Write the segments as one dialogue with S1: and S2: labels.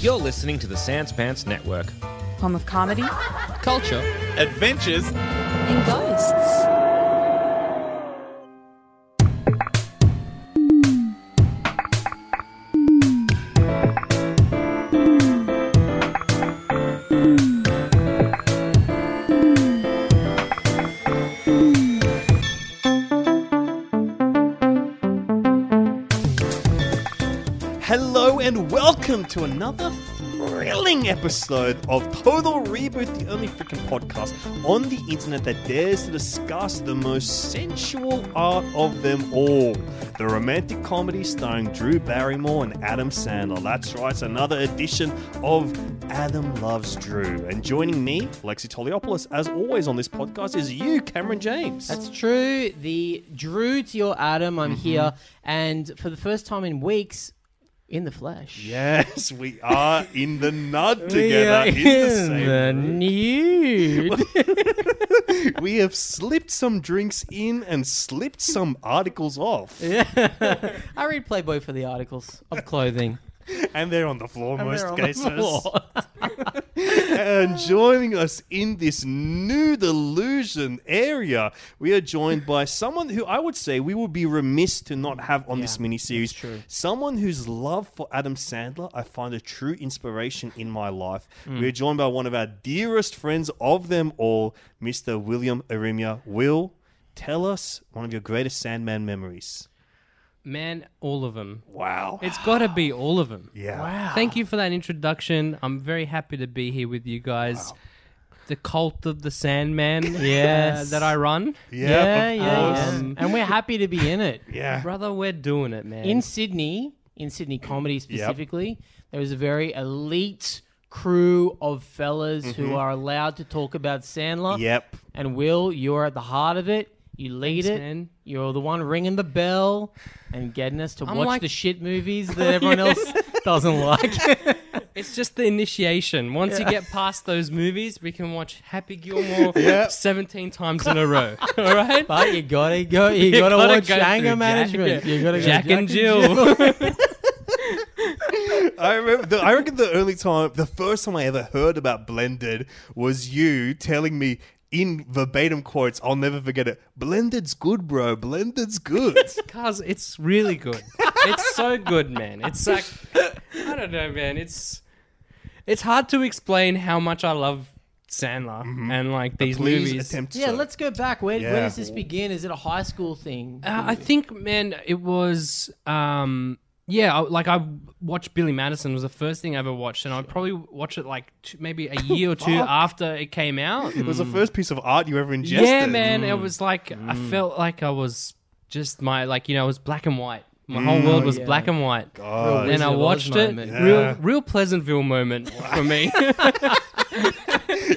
S1: You're listening to the Sans Pants Network.
S2: Home of comedy?
S3: Culture.
S4: Adventures.
S5: and ghosts.
S4: Hello and welcome to another thrilling episode of Total Reboot, the only freaking podcast on the internet that dares to discuss the most sensual art of them all. The romantic comedy starring Drew Barrymore and Adam Sandler. That's right, it's another edition of Adam Loves Drew. And joining me, Lexi Toliopoulos, as always on this podcast, is you, Cameron James.
S3: That's true. The Drew to your Adam,
S4: Mm-hmm.
S3: I'm here. And for the first time in weeks, in the flesh.
S4: Yes, we are in the nud
S3: We
S4: together.
S3: are
S4: in the same
S3: the nude.
S4: we have slipped some drinks in and slipped some articles off.
S3: I read Playboy for the articles of clothing.
S4: And they're on the floor
S3: And
S4: most
S3: they're on the
S4: cases.
S3: floor.
S4: and joining us in this new delusion area, we are joined by someone who I would say we would be remiss to not have on this
S3: Yeah,
S4: miniseries.
S3: that's true.
S4: Someone whose love for Adam Sandler I find a true inspiration in my life.
S3: Hmm.
S4: We are joined by one of our dearest friends of them all, Mr. William Arimia. Will, tell us one of your greatest Sandman memories.
S6: Man, all of them.
S4: Wow.
S6: It's got to be all of them.
S4: yeah.
S6: Thank you for that introduction. I'm very happy to be here with you guys. The cult of the Sandman uh,
S3: Yes.
S6: that I run.
S4: Yeah.
S3: yeah, yeah,
S4: of
S3: yeah.
S4: course.
S6: Um,
S3: and we're happy to be in it.
S4: Yeah.
S6: Brother, we're doing it, man.
S3: In Sydney, in Sydney comedy specifically, there is a very elite crew of fellas who are allowed to talk about Sandler.
S4: Mm-hmm. Yep.
S3: And Will, you're at the heart of it. You lead
S6: Thanks,
S3: it.
S6: man.
S3: You're the one ringing the bell and getting us to
S6: I'm
S3: watch
S6: like-
S3: the shit movies that everyone else doesn't like.
S6: It's just the initiation. Once you get past those movies, we can watch Happy Gilmore 17 times in a row. All right?
S3: but you gotta go. You, gotta,
S6: gotta
S3: watch
S6: go
S3: anger
S6: through
S3: management.
S6: Jack-
S3: you gotta go
S6: Jack and Jill.
S4: I remember. The, I reckon the only time, the first time I ever heard about blended was you telling me in verbatim quotes. I'll never forget it. Blended's good, bro. Blended's good.
S6: Cause it's really good. It's so good, man. It's like I don't know, man. It's it's hard to explain how much I love Sandler
S3: Mm-hmm.
S6: and like these
S4: Please
S6: movies.
S4: attempt.
S3: Yeah,
S4: so.
S3: let's go back. Where, where
S4: Yeah.
S3: does this begin? Is it a high school thing?
S6: Uh, I think, man, it was um yeah. I, like I watched Billy Madison was the first thing I ever watched, and I probably watched it like two, maybe a year or two after it came out.
S4: It was the first piece of art you ever ingested.
S6: Mm. Yeah, man. It was like I felt like I was just my like you know it was black and white. My whole world was black and white.
S4: Oh,
S3: Real
S6: and
S3: Wizard
S6: I
S3: of Oz
S6: watched it.
S3: moment.
S4: Yeah.
S6: Real, real Pleasantville moment for me.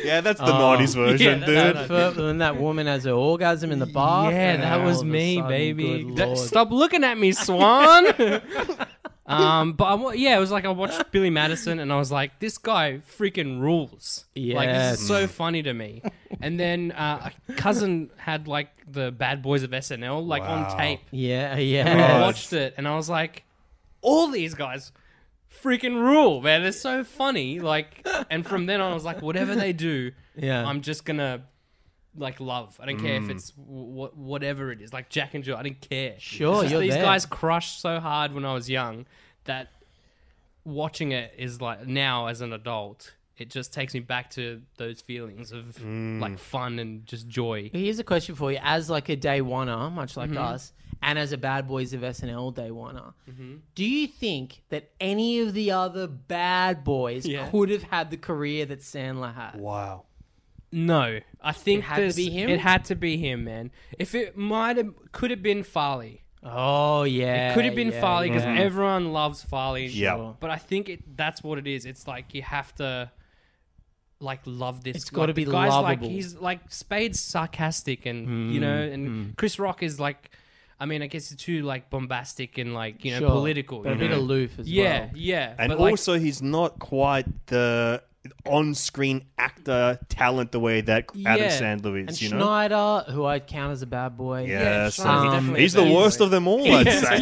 S4: Yeah, that's the
S6: Oh.
S4: '90s version,
S6: that's
S4: dude.
S3: That fir- when that woman has her orgasm in the bath.
S6: yeah,
S3: and
S6: that
S3: all
S6: was
S3: of a
S6: me,
S3: sudden,
S6: baby.
S3: good
S6: That-
S3: Lord.
S6: stop looking at me, Swan. um, but I, wa- yeah, it was like I watched Billy Madison, and I was like, this guy freaking rules. Like this
S3: Yes.
S6: is so funny to me. And then uh, a cousin had like the Bad Boys of SNL like on tape.
S3: Yeah,
S6: And I
S3: yeah.
S6: watched it, and I was like, all these guys freaking rule, man. They're so funny. Like, and from then on, I was like, whatever they do,
S3: Yeah. Mm.
S6: I'm just gonna like love. I don't care if it's w- whatever it is, like Jack and Jill. I didn't care.
S3: Sure,
S6: It's just
S3: you're
S6: these
S3: there.
S6: guys crushed so hard when I was young that watching it is like now as an adult. It just takes me back to those feelings of
S3: Mm.
S6: like fun and just joy.
S3: Here's a question for you: as like a day oneer, much like
S6: Mm-hmm.
S3: us, and as a Bad Boys of SNL day oneer,
S6: Mm-hmm.
S3: do you think that any of the other Bad Boys
S6: Yeah.
S3: could have had the career that Sandler had?
S4: Wow.
S6: No, I think
S3: It had to
S6: there's-
S3: be him?
S6: It had to be him, man. If it might have, could have been Farley.
S3: Oh yeah,
S6: Could have been
S3: yeah,
S6: Farley because
S3: yeah.
S6: everyone loves Farley.
S4: Yeah.
S3: Sure.
S6: but I think it that's what it is. It's like you have to like love this.
S3: It's gotta
S6: like, the
S3: be
S6: guys,
S3: lovable. Hmm,
S6: Like he's like Spade's sarcastic and you know, and Chris Rock is like, I mean, I guess it's too like bombastic and like you know
S3: Sure.
S4: Mm-hmm.
S6: political.
S3: but
S6: you
S3: a bit
S6: know?
S3: aloof as
S6: yeah,
S3: well.
S6: yeah,
S4: And
S6: but, like,
S4: also, he's not quite the on-screen actor talent the way that Adam
S6: Yeah.
S4: Sandler is.
S3: and
S4: you know,
S3: Schneider, who I'd count as a bad boy.
S4: yes,
S6: Schneider's
S4: um,
S6: definitely
S4: he's
S6: a
S4: the
S6: bad
S4: worst
S6: boy.
S4: of them all. I'd say.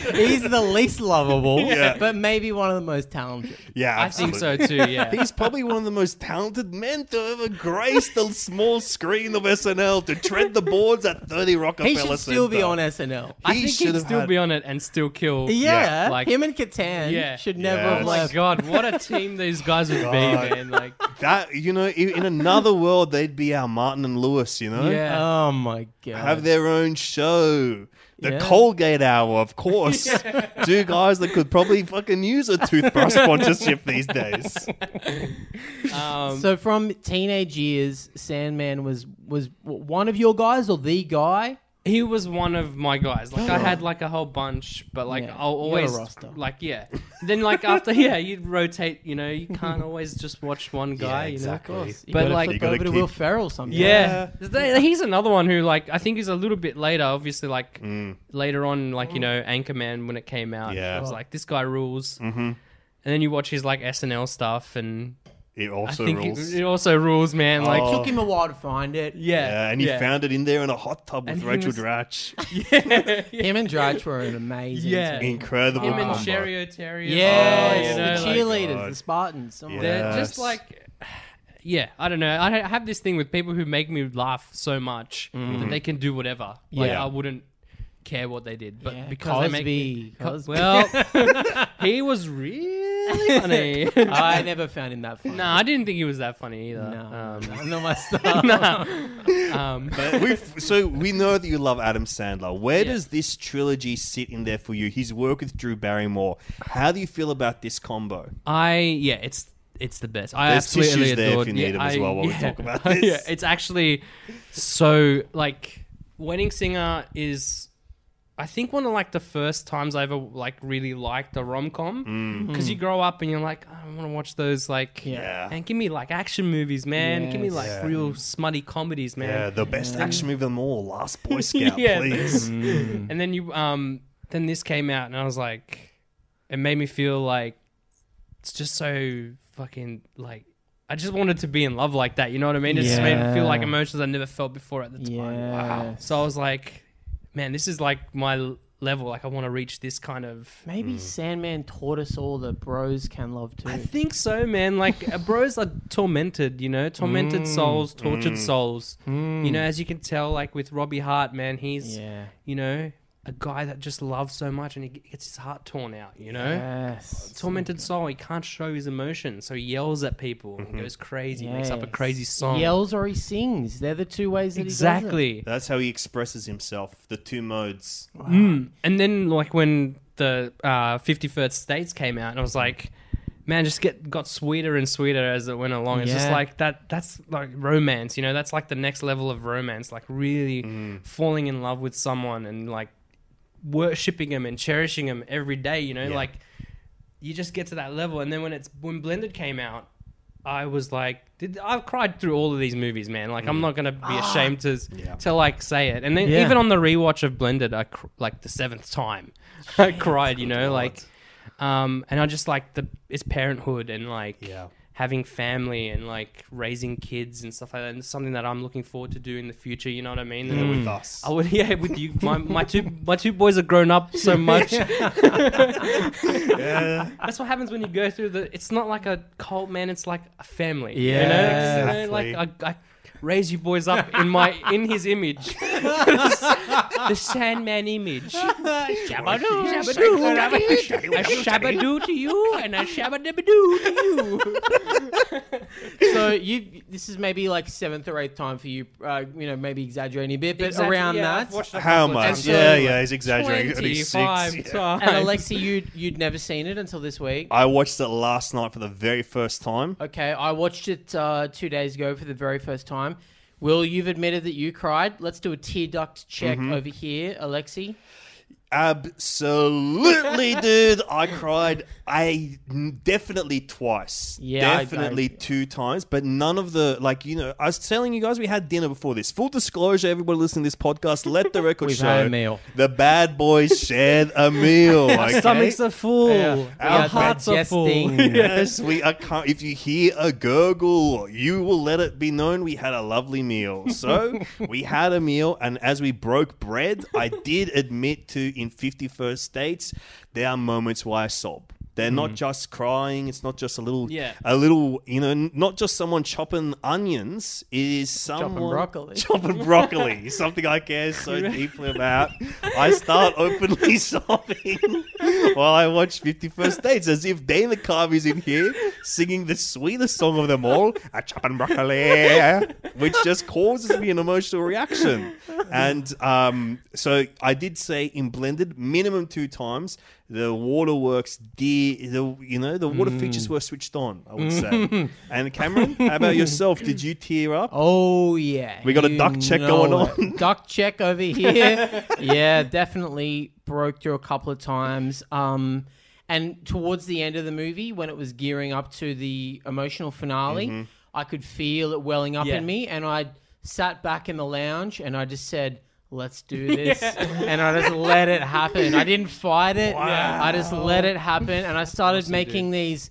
S3: He's the least lovable,
S4: Yeah.
S3: but maybe one of the most talented.
S4: yeah,
S6: I think so
S4: absolutely.
S6: too. Yeah.
S4: He's probably one of the most talented men to ever grace the small screen of SNL to tread the boards at 30 Rockefeller
S3: He should still be
S4: Center.
S3: on SNL.
S6: I
S4: He
S6: think
S4: should
S6: he'd
S4: have
S6: still
S4: had-
S6: be on it and still kill.
S3: Yeah,
S6: like-
S3: him and Catan
S6: Yeah.
S3: should never
S4: Yes.
S3: have
S6: Oh my
S3: left.
S6: god, what a team these guys would be,
S4: God.
S6: man! Like,
S4: That you know, i- in another world, they'd be our Martin and Lewis. You know,
S6: yeah,
S3: Oh my god!
S4: have their own show. The
S3: Yeah.
S4: Colgate Hour, of course. Two guys that could probably fucking use a toothbrush sponsorship these days.
S6: um,
S3: so from teenage years, Sandman was was w- one of your guys or the guy?
S6: he was one of my guys. Like, I had like a whole bunch, but like
S3: Oh. Yeah,
S6: I'll
S3: you got a
S6: always
S3: roster.
S6: like, yeah. Then like after, yeah, you rotate. You know, you can't always just watch one guy. you know?
S3: You
S6: But
S3: gotta
S6: like-
S3: flip
S4: You gotta
S3: over to Will
S4: keep-
S3: Ferrell sometime.
S6: Yeah. They- he's another one who like I think is a little bit later. Obviously, like later on, like
S3: Oh.
S6: you know, Anchorman when it came out,
S4: Mm. Yeah.
S6: I was like, this guy rules. Mm-hmm. And then you watch his like SNL stuff, and
S4: It
S6: I
S4: also
S6: think
S4: rules.
S6: it, it also rules, man. Like,
S4: Oh.
S3: took him a while to find it.
S6: yeah,
S4: yeah, and he
S6: yeah.
S4: found it in there in a hot tub with
S6: And he
S4: Rachel
S6: was-
S4: Dratch.
S3: Him and Drach were an amazing.
S6: Yeah.
S3: team.
S4: Incredible.
S6: him and
S4: combo.
S6: Sherry O'Terry.
S3: Yes,
S4: Oh,
S3: the
S4: you know, like-
S3: cheerleaders,
S4: God.
S3: the Spartans. oh my
S4: Yeah.
S3: God.
S6: They're just
S4: Yes.
S6: like, yeah, I don't know. I ha- have this thing with people who make me laugh so much that they can do whatever. Like,
S4: Mm-hmm. Yeah.
S6: I wouldn't care what they did, but
S3: Yeah,
S6: because they make me,
S3: Cosby,
S6: Co-
S3: Cosby.
S6: well, he was really funny. no,
S3: I never found him that funny.
S6: I didn't think he was that funny either.
S3: no,
S6: um,
S3: no, not my style.
S6: um,
S4: But we've, so we know that you love Adam Sandler. Where
S6: Yeah.
S4: does this trilogy sit in there for you? His work with Drew Barrymore. How do you feel about this combo?
S6: I yeah, it's it's the best. I
S4: There's
S6: absolutely
S4: tissues there if
S6: adored.
S4: you need 'em as
S6: I-
S4: well while we
S6: yeah.
S4: talk about this.
S6: yeah, it's actually so like Wedding Singer is. I think one of like the first times I ever like really liked a rom com because you grow up and you're like I want to watch those like
S4: Mm. Yeah.
S6: and give me like action movies man give me
S3: Yes.
S6: like
S4: Yeah.
S6: real smutty comedies man
S4: Yeah, the best action movie of them all, Last Boy Scout,
S6: Yeah.
S4: please.
S6: Mm. and then you um then this came out and I was like it made me feel like it's just so fucking like I just wanted to be in love like that, you know what I mean? It just made me feel like
S3: Yeah.
S6: emotions I never felt before at the time.
S3: Wow.
S6: So I was like, man, this is like my l- level. Like I want to reach this kind of
S4: Hmm.
S3: Maybe Sandman taught us all that bros can love too.
S6: I think so, man. Like uh, bros are tormented, you know, tormented souls, tortured souls. You know, as you can tell, like with Robbie Hart, man, he's
S3: yeah.
S6: you know, a guy that just loves so much and he gets his heart torn out, you know?
S3: Yes.
S6: Tormented soul, he can't show his emotion, so he yells at people, and goes crazy, makes up a
S3: Yes.
S6: crazy song.
S3: He yells or he sings. They're the two ways that he
S6: exactly.
S4: That's how he expresses himself, the two modes.
S6: Mm. And then, like, when the uh, 51st States came out, and I was like, man, just get got sweeter and sweeter as it went along. It's just
S3: Yeah.
S6: like that, that's like romance, you know? That's like the next level of romance, like, really falling in love with someone and, like, worshipping him and cherishing him every day, you know?
S4: Yeah.
S6: Like, you just get to that level. And then when it's when Blended came out, I was like, did, I've cried through all of these movies, man. Like, I'm not gonna be ashamed to to like say it. And then
S3: Yeah.
S6: even on the rewatch of Blended, I cr- like the seventh time, I cried. You know, like, um, and I just like the it's parenthood and like
S4: Yeah.
S6: having family and like raising kids and stuff like that. And it's something that I'm looking forward to do in the future. You know what I mean?
S4: Yeah, with us.
S6: I would, yeah, with you. My, my two my two boys have grown up so much.
S4: yeah.
S6: That's what happens when you go through the. It's not like a cult, man. It's like a family. you
S3: Yeah.
S6: know? You know,
S4: Exactly.
S6: like I, I raise you boys up in my in his image, the Sandman image.
S3: does.
S6: A shabadoo to you and a shabadabadoo to you.
S3: so you, this is maybe like seventh or eighth time for you. Uh, you know, maybe exaggerating a bit, but
S6: Exactly,
S3: around
S6: yeah, I've
S3: that.
S6: watched a
S4: How
S6: couple of
S4: much?
S6: times.
S4: yeah,
S6: So,
S4: yeah, he's exaggerating. Only six.
S6: 25
S4: Yeah.
S6: times.
S3: And Alexi, you you'd never seen it until this week.
S4: I watched it last night for the very first time.
S3: Okay, I watched it uh, two days ago for the very first time.
S6: Mm-hmm.
S3: Will, you've admitted that you cried. Let's do a tear duct check over here, Alexi.
S4: Absolutely, dude. I cried. I definitely twice.
S3: Yeah, I-
S4: definitely two times. But none of the like, you know, I was telling you guys we had dinner before this. Full disclosure, everybody listening to this podcast, let the record
S3: We've
S4: show.
S3: had a meal.
S4: The bad boys shared a meal. Okay?
S6: Stomachs are full.
S3: We
S6: Our
S3: are
S6: hearts are full.
S3: digesting.
S4: Yes, we are. Con- if you hear a gurgle, you will let it be known we had a lovely meal. So we had a meal, and as we broke bread, I did admit to in 51st Dates, there are moments where I sob. They're not just crying. It's not just a little,
S6: Yeah.
S4: a little, you know, n- not just someone chopping onions. It is someone
S3: broccoli.
S4: Chopping broccoli, something I care so deeply about. I start openly sobbing while I watch 51st Dates as if Dana Carvey is in here singing the sweetest song of them all, a chopping broccoli, which just causes me an emotional reaction. And um, so I did say in blended, minimum two times, the waterworks, de- the you know, the water features were switched on, I would say. and Cameron, how about yourself? Did you tear up?
S3: Oh yeah,
S4: We got a
S3: you
S4: duck check
S3: know
S4: going
S3: it.
S4: on.
S3: Duck check over here. yeah, definitely broke through a couple of times. Um, and towards the end of the movie, when it was gearing up to the emotional finale,
S4: Mm-hmm.
S3: I could feel it welling up
S6: Yeah.
S3: in me, and I sat back in the lounge and I just said. Let's do this, and I just let it happen. I didn't fight it. I just let it happen, and I started making these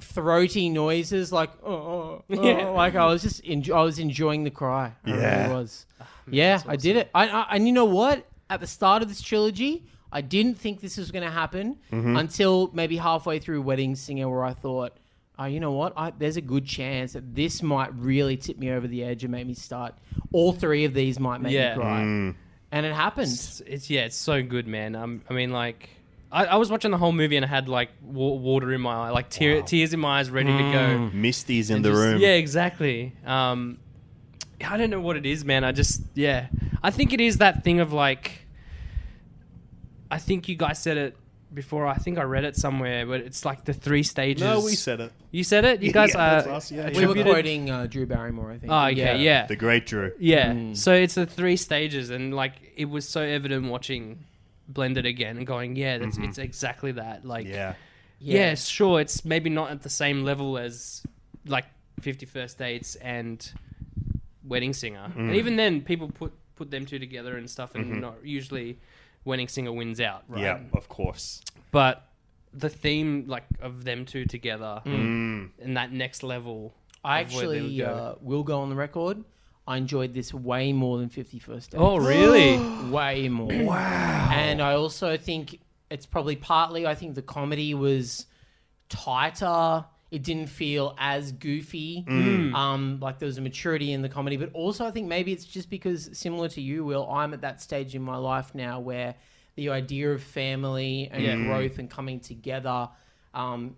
S3: throaty noises, like oh, oh, oh,
S6: Yeah.
S3: like I was just enjo- I was enjoying the cry. I
S4: Yeah.
S3: really was.
S6: Ah,
S3: yeah, I did it. I, I and you know what? At the start of this trilogy, I didn't think this was going to happen until maybe halfway through Wedding Singer, where I thought, oh, you know what? I, there's a good chance that this might really tip me over the edge and make me start. All three of these might make
S6: Yeah.
S3: me cry, and it happened.
S6: It's, it's yeah, it's so good, man. Um, I mean, like, I, I was watching the whole movie and I had like wa- water in my eye, like tear, tears in my eyes, ready to go.
S4: Misty's in
S6: And
S4: Mm. the
S6: just-
S4: room.
S6: Yeah, exactly. Um, I don't know what it is, man. I just yeah, I think it is that thing of like. I think you guys said it before. I think I read it somewhere, but it's like the three stages.
S4: No, we said it.
S6: You said it. You guys
S4: Yeah, that's
S6: are
S4: us, yeah, yeah.
S3: We were
S6: attributed-
S3: quoting uh, Drew Barrymore, I think.
S6: Oh, okay, yeah.
S4: The great Drew.
S6: Yeah.
S4: Mm.
S6: So it's the three stages, and like it was so evident watching Blended again and going, yeah, that's, it's exactly that. Like,
S4: Mm-hmm. Yeah.
S6: yeah. sure, it's maybe not at the same level as like Fifty First Dates and Wedding Singer, and
S4: Mm.
S6: even then, people put put them two together and stuff, and not usually Wedding Singer wins out, right?
S4: Mm-hmm. Yeah, of course.
S6: But the theme like of them two together
S4: Mm.
S6: and that next level.
S3: I
S6: of where they would
S3: actually
S6: go.
S3: uh, will go on the record. I enjoyed this way more than 51st Dates.
S6: oh really?
S3: Way more. Wow. And I also think it's probably partly, I think the comedy was tighter. It didn't feel as goofy.
S6: Mm.
S3: Um, like there was a maturity in the comedy. But also, I think maybe it's just because, similar to you, Will, I'm at that stage in my life now where the idea of family and
S6: Mm.
S3: growth and coming together um,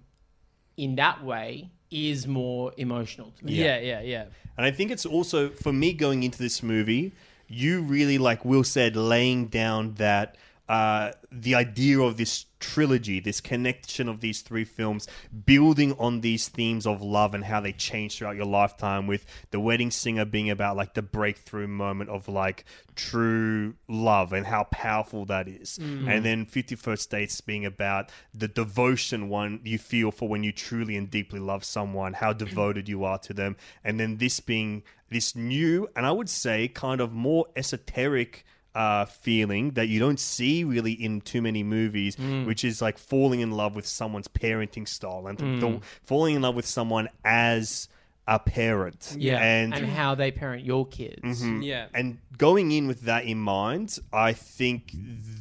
S3: in that way is more emotional to me.
S6: yeah, yeah, yeah.
S4: And I think it's also for me going into this movie, you really like Will said, laying down that uh, the idea of this trilogy, this connection of these three films, building on these themes of love and how they change throughout your lifetime. With the Wedding Singer being about like the breakthrough moment of like true love and how powerful that is.
S6: Mm.
S4: and then Fifty First Dates being about the devotion one you feel for when you truly and deeply love someone, how devoted you are to them, and then this being this new and I would say kind of more esoteric uh, feeling that you don't see really in too many movies,
S3: Mm.
S4: which is like falling in love with someone's parenting style and th-
S3: Mm.
S4: the, falling in love with someone as a parent.
S3: Yeah.
S4: and
S3: And, how they parent your kids.
S6: Yeah.
S4: Mm. and going in with that in mind, I think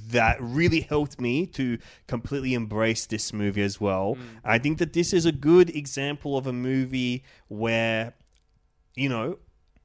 S4: that really helped me to completely embrace this movie as well. I think that this is a good example of a movie where, you know,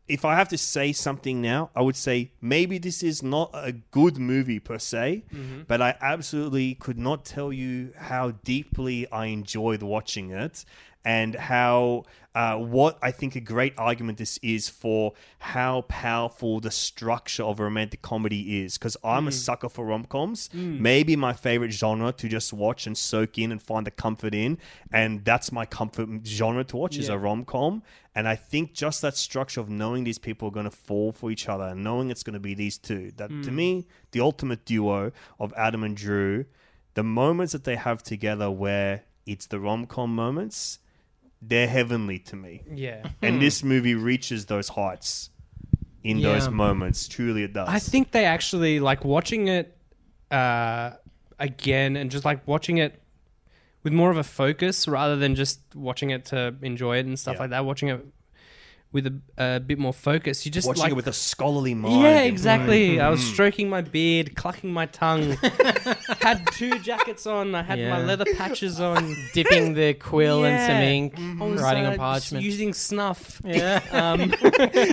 S4: if I have to say something now, I would say maybe this is not a good movie per se, but I absolutely could not tell you how deeply I enjoyed watching it. and how uh, what I think a great argument this is for how powerful the structure of a romantic comedy is. Because I'm a sucker for rom coms,
S6: Hmm.
S4: maybe my favorite genre to just watch and soak in and find the comfort in, and that's my comfort genre to watch is a
S6: Yeah.
S4: rom com. And I think just that structure of knowing these people are going to fall for each other and knowing it's going to be these two. That
S6: Hmm.
S4: to me, the ultimate duo of Adam and Drew, the moments that they have together where it's the rom com moments, they're heavenly to me.
S6: Yeah.
S4: And this movie reaches those heights in
S3: Yeah.
S4: those moments. Truly, it does.
S6: I think they actually like watching it uh, again and just like watching it with more of a focus rather than just watching it to enjoy it and stuff
S4: Yeah.
S6: like that. Watching it with a, a bit more focus, you just
S4: watching
S6: like
S4: it with a scholarly mind. Mm.
S6: yeah, exactly. I was stroking my beard, clucking my tongue. had two jackets on. I had my
S3: Yeah.
S6: leather patches on.
S3: dipping the quill in some
S6: Yeah.
S3: ink,
S6: I was,
S3: writing
S6: uh,
S3: on
S6: just
S3: parchment.
S6: using snuff.
S3: yeah.
S6: Um,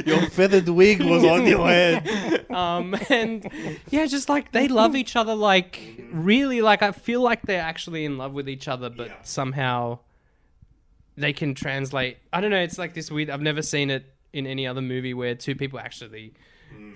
S4: Your feathered wig was on your head.
S6: um, and yeah, just like they love each other, like really, like I feel like they're actually in love with each other, but somehow they can translate. I don't know. It's like this weird. I've never seen it in any other movie where two people actually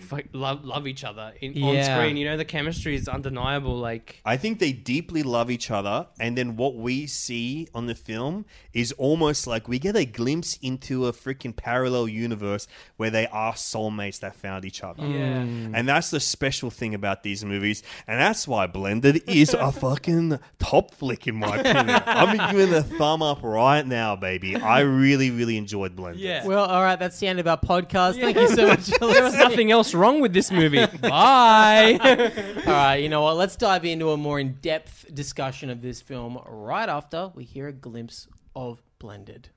S6: fuck, love love each other in, on
S3: Yeah.
S6: screen. You know, the chemistry is undeniable. Like
S4: I think they deeply love each other, and then what we see on the film is almost like we get a glimpse into a freaking parallel universe where they are soulmates that found each other.
S6: yeah,
S4: And that's the special thing about these movies, and that's why Blended is a fucking top flick in my opinion. I'm giving it a thumb up right now, baby. I really, really enjoyed Blended.
S6: yeah.
S3: Well, all right, that's the end of our podcast. Thank you so much. for
S6: there was
S3: listening.
S6: nothing else wrong with this movie. Bye.
S3: All right, you know what? Let's dive into a more in depth discussion of this film right after we hear a glimpse of Blended.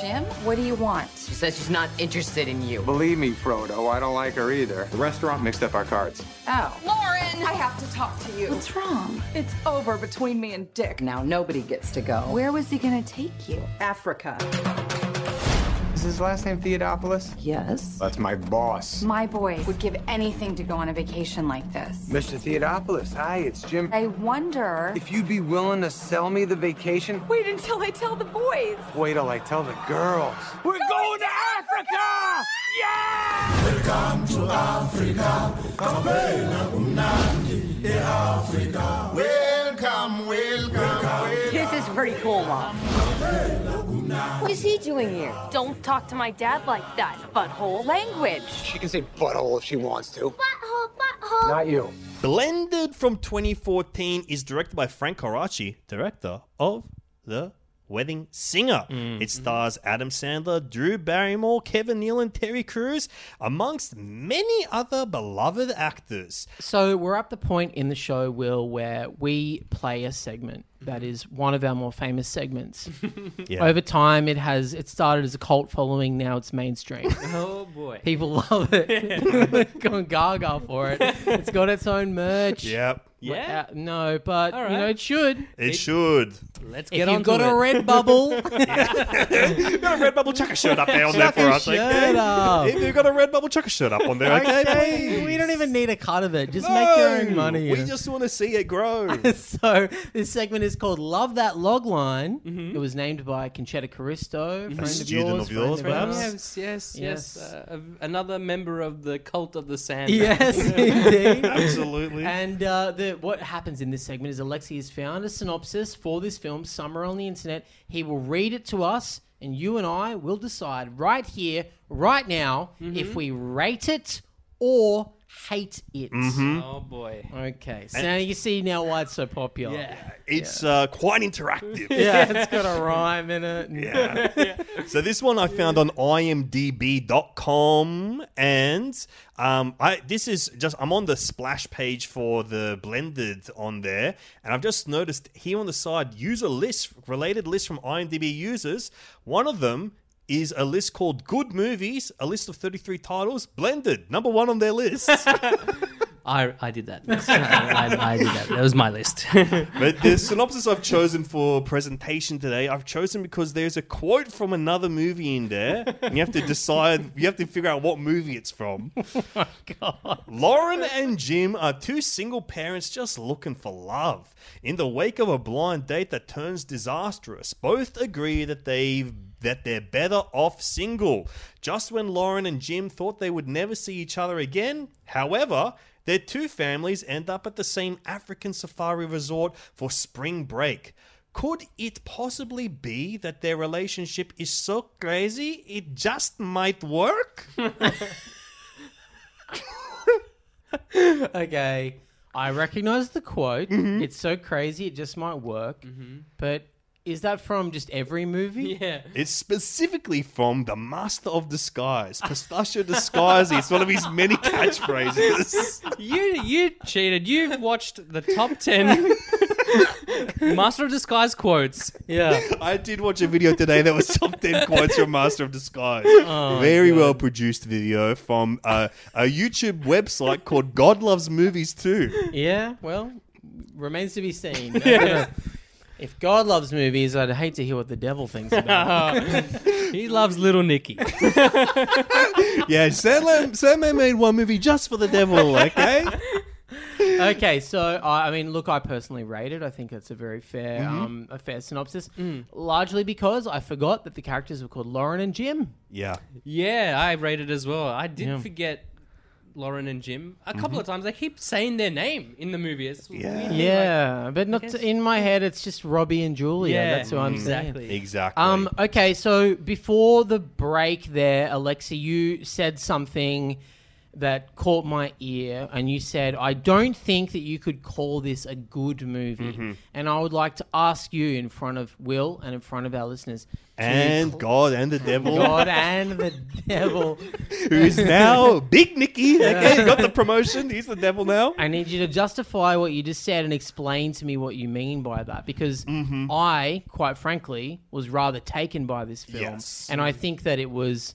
S5: Jim, what do you want?
S2: She says she's not interested in you.
S7: Believe me, Frodo, I don't like her either. The restaurant mixed up our cards.
S5: Oh,
S8: Lauren! I have to talk to you.
S5: what's wrong?
S8: It's over between me and Dick.
S2: Now nobody gets to go.
S5: Where was he gonna take you?
S2: Africa.
S7: Is his last name Theodopoulos?
S2: Yes.
S7: That's my boss.
S5: My boy would give anything to go on a vacation like this.
S7: Mr. Theodopoulos, hi, it's Jim.
S5: I wonder.
S7: If you'd be willing to sell me the vacation,
S8: Wait until I tell the boys.
S7: wait till I tell the girls. We're going to Africa! Yeah!
S2: This is pretty cool, Mom.
S8: What is he doing here?
S9: Don't talk to my dad like that, butthole.
S5: Language.
S7: She can say butthole if she wants to.
S9: Butthole, butthole.
S7: Not you.
S4: Blended from 2014 is directed by Frank Karachi, director of The Wedding Singer. It stars Adam Sandler, Drew Barrymore, Kevin Neal, and Terry Crews, amongst many other beloved actors.
S3: So, we're at the point in the show, Will, where we play a segment that
S6: Mm-hmm.
S3: is one of our more famous segments.
S4: Yeah.
S3: Over time, it has it started as a cult following, now it's mainstream.
S6: oh boy.
S3: People love it. Going gaga for it. It's got its own merch.
S4: Yep.
S6: Yeah.
S3: Uh, no, but
S6: All
S3: you know
S6: right.
S3: it should.
S4: It should.
S6: Let's
S3: If
S6: get
S3: you've
S6: on
S3: got
S6: it.
S3: a red bubble,
S4: You've got a red bubble chucker shirt up there on there
S3: Chuck
S4: for
S3: your
S4: us. like,
S3: shirt up.
S4: If you've got a red bubble chucker shirt up on there, okay, please.
S3: We don't even need a cut of it. Just make your own
S4: No,
S3: money.
S4: We just want to see it grow.
S3: so this segment is called "Love That Logline."
S4: Mm-hmm.
S3: It was named by Conchetta Caristo, friend of
S4: student
S3: yours,
S4: of yours,
S3: friend of ours.
S6: Yes, yes,
S3: Yes.
S6: yes. Uh, a- another member of the cult of the sand.
S3: Yes, indeed.
S4: Absolutely.
S3: And uh, the, what happens in this segment is Alexi has found a synopsis for this film somewhere on the internet. He will read it to us, and you and I will decide right here, right now,
S6: Mm-hmm.
S3: if we rate it or hate it.
S4: Hmm?
S6: Oh boy.
S3: Okay, so now you see now why it's so popular.
S6: Yeah.
S4: It's uh, quite interactive.
S3: yeah, it's got a rhyme in it.
S4: So this one I found on imdb.com and um, I this is just I'm on the splash page for the blended on there and I've just noticed here on the side user list related list from IMDb users one of them is a list called good movies a list of 33 titles blended number 1 on their list
S6: I, I did that. I, I- I did that. That was my list.
S4: But the synopsis I've chosen for presentation today, I've chosen because there's a quote from another movie in there, and you have to decide, you have to figure out what movie it's from. Lauren and Jim are two single parents just looking for love. In the wake of a blind date that turns disastrous, both agree that they've that they're better off single. Just when Lauren and Jim thought they would never see each other again, however, their two families end up at the same African safari resort for spring break. Could it possibly be that their relationship is so crazy it just might work?
S3: Okay. I recognize the quote.
S6: Mm-hmm.
S3: It's so crazy, it just might work. But is that from just every movie?
S6: yeah.
S4: It's specifically from the Master of Disguise, Pistachio Disguise. It's one of his many catchphrases.
S6: You you cheated. You've watched the top ten Master of Disguise quotes.
S3: Yeah.
S4: I did watch a video today that was top 10 quotes from Master of Disguise. Very well produced video from uh, a YouTube website called God Loves Movies Too.
S3: Yeah, well, remains to be seen. If God loves movies, I'd hate to hear what the devil thinks about
S6: He loves Little Nicky.
S4: Yeah, Sandman, Sandman made one movie just for the devil, okay?
S3: it. Okay, so I I mean, look, I personally rate it. I think that's a very fair,
S6: Mm-hmm.
S3: um, a fair synopsis.
S6: Mm.
S3: Largely because I forgot that the characters were called Lauren and Jim.
S4: Yeah.
S6: yeah, I rated as well. I did
S3: Yeah.
S6: forget Lauren and Jim a couple of times. They keep saying their name in the movie. It's
S4: Yeah.
S6: weird.
S3: Yeah, but not
S6: guess-
S3: in my head. It's just Robbie and Julia.
S6: Yeah,
S3: that's who I'm saying.
S6: exactly.
S4: Exactly.
S3: Um, okay, so before the break there, Alexa, you said something that caught my ear, and you said, I don't think that you could call this a good movie. And I would like to ask you, in front of Will and in front of our listeners, to
S4: and
S3: call
S4: God and the devil.
S3: God and the devil,
S4: who is now Big Nicky. Okay, he got the promotion. He's the devil now.
S3: I need you to justify what you just said and explain to me what you mean by that because
S4: Mm-hmm.
S3: I, quite frankly, was rather taken by this film.
S4: Yes.
S3: And I think that it was,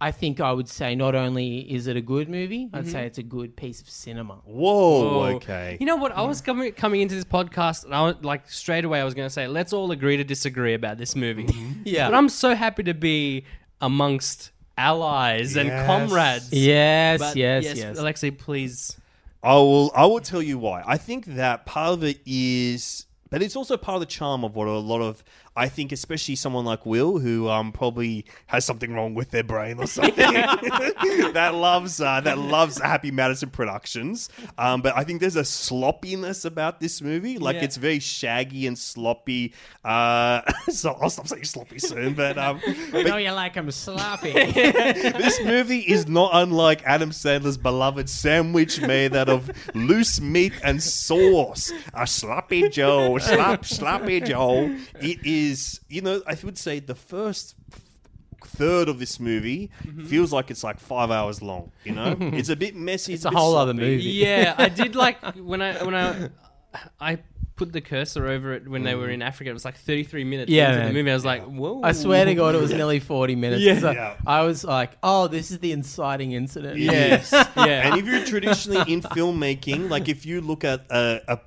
S3: I think I would say not only is it a good movie,
S4: Mm-hmm.
S3: I'd say it's a good piece of cinema.
S4: Whoa,
S6: Whoa.
S4: Oh, okay.
S6: You know what? I was coming coming into this podcast, and I was, like straight away, I was going to say, let's all agree to disagree about this movie.
S3: Yeah.
S6: but I'm so happy to be amongst allies
S4: Yes.
S6: and comrades.
S3: yes,
S6: But
S3: yes, yes,
S6: Alexei, please.
S4: I will I will tell you why. I think that part of it is but it's also part of the charm of what a lot of I think especially someone like Will who um probably has something wrong with their brain or something that loves uh, that loves Happy Madison Productions. Um but I think there's a sloppiness about this movie. Like
S6: Yeah.
S4: it's very shaggy and sloppy. Uh so I'll stop saying sloppy soon, but um
S3: We know you like them sloppy.
S4: this movie is not unlike Adam Sandler's beloved sandwich made out of loose meat and sauce. A sloppy Joe, slap, sloppy Joe. It is, you know, I would say the first third of this movie
S3: Mm-hmm.
S4: feels like it's like five hours long. You know, it's a bit messy.
S3: it's a
S4: bit
S3: whole other
S4: sloppy.
S3: movie.
S6: Yeah, I did like when I when I I put the cursor over it when they were in Africa. It was like 33 minutes
S3: Yeah,
S6: into
S3: man.
S6: the movie. I was like, whoa.
S3: I swear to God, it was nearly 40 minutes.
S6: Yeah.
S3: So
S4: Yeah.
S3: I was like, oh, this is the inciting incident.
S4: Yes.
S6: Yeah.
S4: And if you're traditionally in filmmaking, like if you look at a, a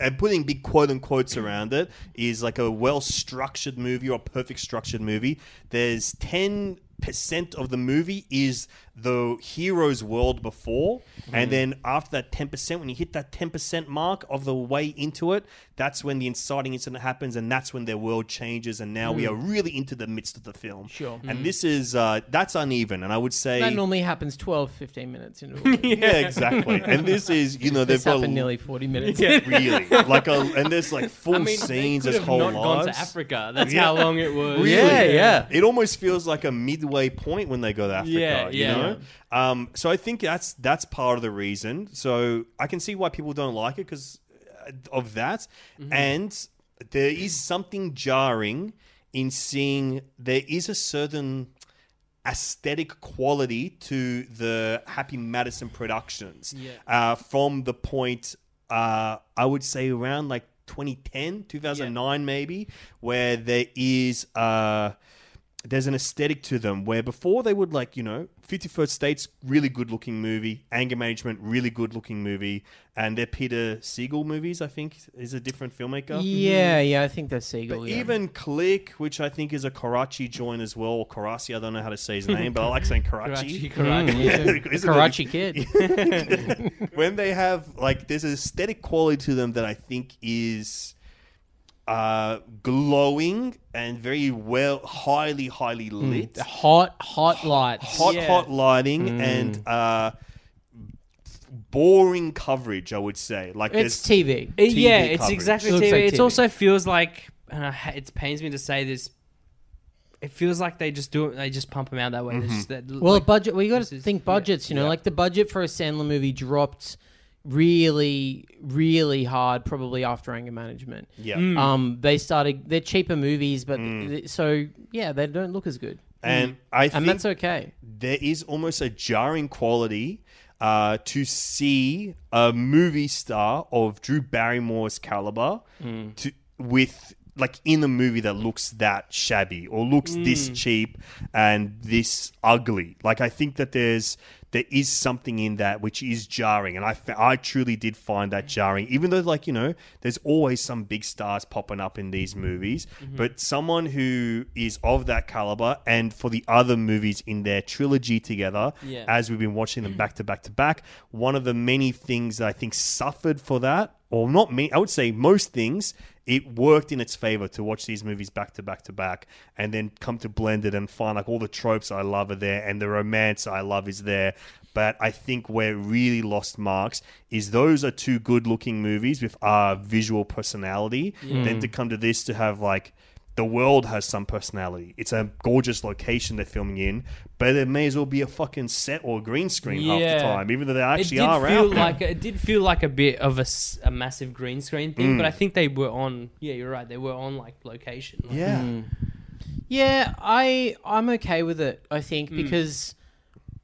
S4: and putting big quote unquotes around it is like a well structured movie or a perfect structured movie. There's ten percent of the movie is the hero's world before,
S3: Mm-hmm.
S4: and then after that ten percent, when you hit that ten percent mark of the way into it, that's when the inciting incident happens, and that's when their world changes, and now we are really into the midst of the film.
S3: Mm. Sure. Mm.
S4: And this is uh, that's uneven, and I would say
S3: That normally happens 12, 15 minutes into a movie.
S4: yeah, exactly. And this is, you know,
S3: this
S4: they've got
S3: happened nearly 40 minutes.
S4: really like a, and there's like full
S6: I mean, they
S4: scenes
S6: could
S4: as
S6: have
S4: whole
S6: not
S4: lives.
S6: gone to Africa. That's
S4: Yeah.
S6: how long it was.
S3: Yeah, yeah.
S4: It almost feels like a midway point when they go to Africa.
S6: Yeah,
S4: you
S6: yeah.
S4: know? Um, so I think that's that's part of the reason. So I can see why people don't like it because of that,
S6: Mm-hmm.
S4: and there is something jarring in seeing there is a certain aesthetic quality to the Happy Madison Productions uh, from the point uh, I would say around like 2010, 2009 maybe, where there is. Uh, there's an aesthetic to them where before they would like you know 51st states really good looking movie anger management really good looking movie and their peter siegel movies i think is a different filmmaker
S3: Yeah, yeah, I think that's Seagull.
S4: But
S3: Oh, yeah.
S4: even Click, which I think is a Karachi joint as well, or Karachi, I don't know how to say his name, but I like saying Karachi.
S6: Karachi.
S4: Isn't it-
S3: Karachi Kid.
S4: when they have like there's an aesthetic quality to them that I think is uh glowing and very well highly highly
S3: Hmm.
S4: lit
S3: hot, hot lights.
S4: hot
S6: Yeah.
S4: hot lighting
S3: Hmm.
S4: and uh boring coverage i would say like
S3: It's
S4: there's
S3: TV.
S6: It- yeah,
S4: TV
S6: it's
S4: coverage.
S6: exactly
S3: It looks
S6: TV.
S3: like
S6: it
S3: TV.
S6: also feels like and I ha- it pains me to say this. It feels like they just do it. They just pump them out that way. They just- that-
S3: Well,
S6: like-
S3: budget. We got
S6: this
S3: to
S6: is-
S3: think budgets. You know, like the budget for a Sandler movie dropped really, really hard. Probably after Anger Management.
S4: yeah
S3: Um, they started. They're cheaper movies, but th- so yeah, they don't look as good,
S4: and i think
S3: and that's okay.
S4: there is almost a jarring quality uh, to see a movie star of Drew Barrymore's caliber to with like in a movie that looks that shabby or looks this cheap and this ugly. Like I think that there's there is something in that which is jarring and I, fa- I truly did find that jarring even though like you know there's always some big stars popping up in these movies but someone who is of that caliber and for the other movies in their trilogy together
S6: Yeah.
S4: as we've been watching them back to back to back one of the many things that I think suffered for that or not many I would say most things it worked in its favor to watch these movies back to back to back and then come to blended and find like all the tropes I love are there and the romance I love is there. But I think where it really lost marks is those are two good looking movies with our visual personality. Then to come to this to have like the world has some personality. It's a gorgeous location they're filming in, but it may as well be a fucking set or green screen half the
S6: Yeah.
S4: time, even though they
S6: it
S4: actually
S6: did
S4: are
S6: feel
S4: out. there.
S6: like it did feel like a bit of a, s- a massive green screen thing, but I think they were on. Yeah, you're right. They were on like location. Like,
S4: yeah.
S3: Yeah, I I'm okay with it. I
S6: Hmm.
S3: think because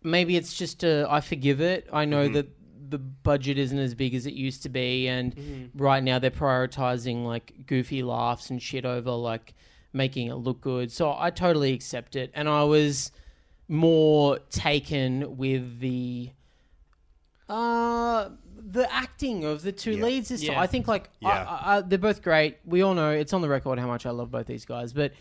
S3: maybe it's just a, I forgive it. I
S6: Mm-hmm.
S3: know that the budget isn't as big as it used to be, and
S6: Mm-hmm.
S3: right now they're prioritizing like goofy laughs and shit over like making it look good. So I totally accept it, and I was more taken with the uh the acting of the two leads this time.
S6: Yeah.
S3: I think like I-
S4: Yeah.
S3: I, I, they're both great. We all know it's on the record how much I love both these guys, but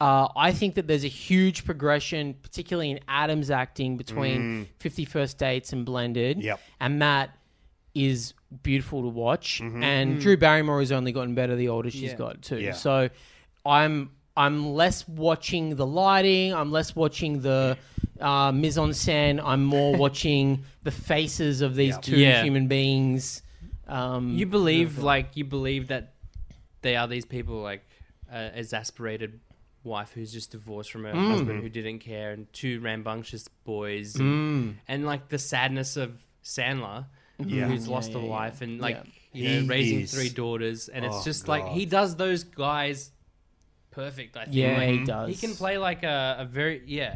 S3: uh, I think that there's a huge progression, particularly in Adam's acting between Fifty First Dates and Blended,
S4: Mm. Yep.
S3: and that is beautiful to watch. And Drew Barrymore has only gotten better the older she's
S6: Mm. Yeah.
S3: got too.
S4: Mm-hmm. Yeah.
S3: So I'm I'm less watching the lighting. I'm less watching the uh, mise en scène. I'm more watching the faces of these two
S6: Yeah.
S3: human beings. Um,
S4: Mm,
S6: you believe like you believe that they are these people like uh, exasperated wife who's just divorced from her
S4: Mm.
S6: husband who didn't care and two rambunctious boys and, and like the sadness of Sandler
S4: Mm. Yeah.
S6: who's lost a wife and like you
S4: He
S6: know raising
S4: is-
S6: three daughters and
S4: Oh,
S6: it's just like
S4: God.
S6: he does those guys perfect I think
S3: yeah,
S6: Like,
S3: he does.
S6: he can play like a, a very yeah.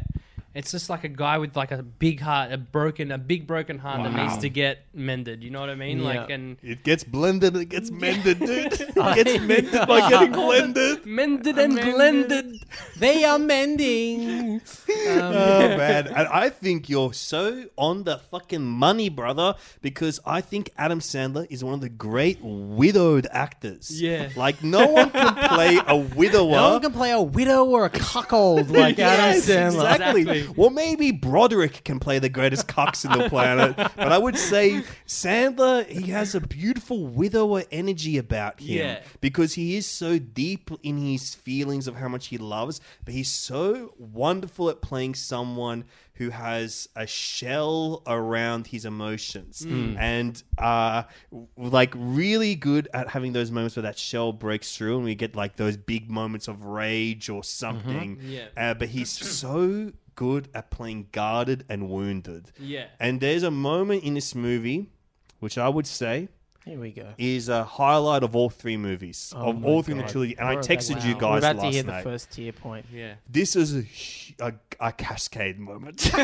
S6: It's just like a guy with like a big heart, a broken, a big broken heart that needs to get mended. You know what I mean? Like
S3: Yeah.
S6: and
S4: It gets blended, it gets mended, dude. It gets mended by getting blended.
S6: mended and blended.
S3: They are mending. Um,
S4: Oh man. And I think you're so on the fucking money, brother, because I think Adam Sandler is one of the great widowed actors.
S6: Yeah.
S4: Like no one can play a widower.
S3: No one can play a widow or a cuckold like Adam
S4: Yes,
S3: Sandler.
S4: Exactly.
S6: Exactly.
S4: Well, maybe Broderick can play the greatest cocks in the planet, but I would say Sandler, he has a beautiful widower energy about him
S6: Yeah.
S4: because he is so deep in his feelings of how much he loves, but he's so wonderful at playing someone who has a shell around his emotions and uh, w- like really good at having those moments where that shell breaks through and we get like those big moments of rage or something.
S6: Yeah.
S4: Uh, but he's so good at playing guarded and wounded.
S6: Yeah.
S4: And there's a moment in this movie, which I would say
S3: Here we go.
S4: is a highlight of all three movies, of all three in the trilogy. And I texted you
S3: Oh We're
S4: guys
S3: about
S4: last
S3: to hear
S4: night.
S3: the first tier point.
S6: Yeah.
S4: This is a, hu- a, a cascade moment.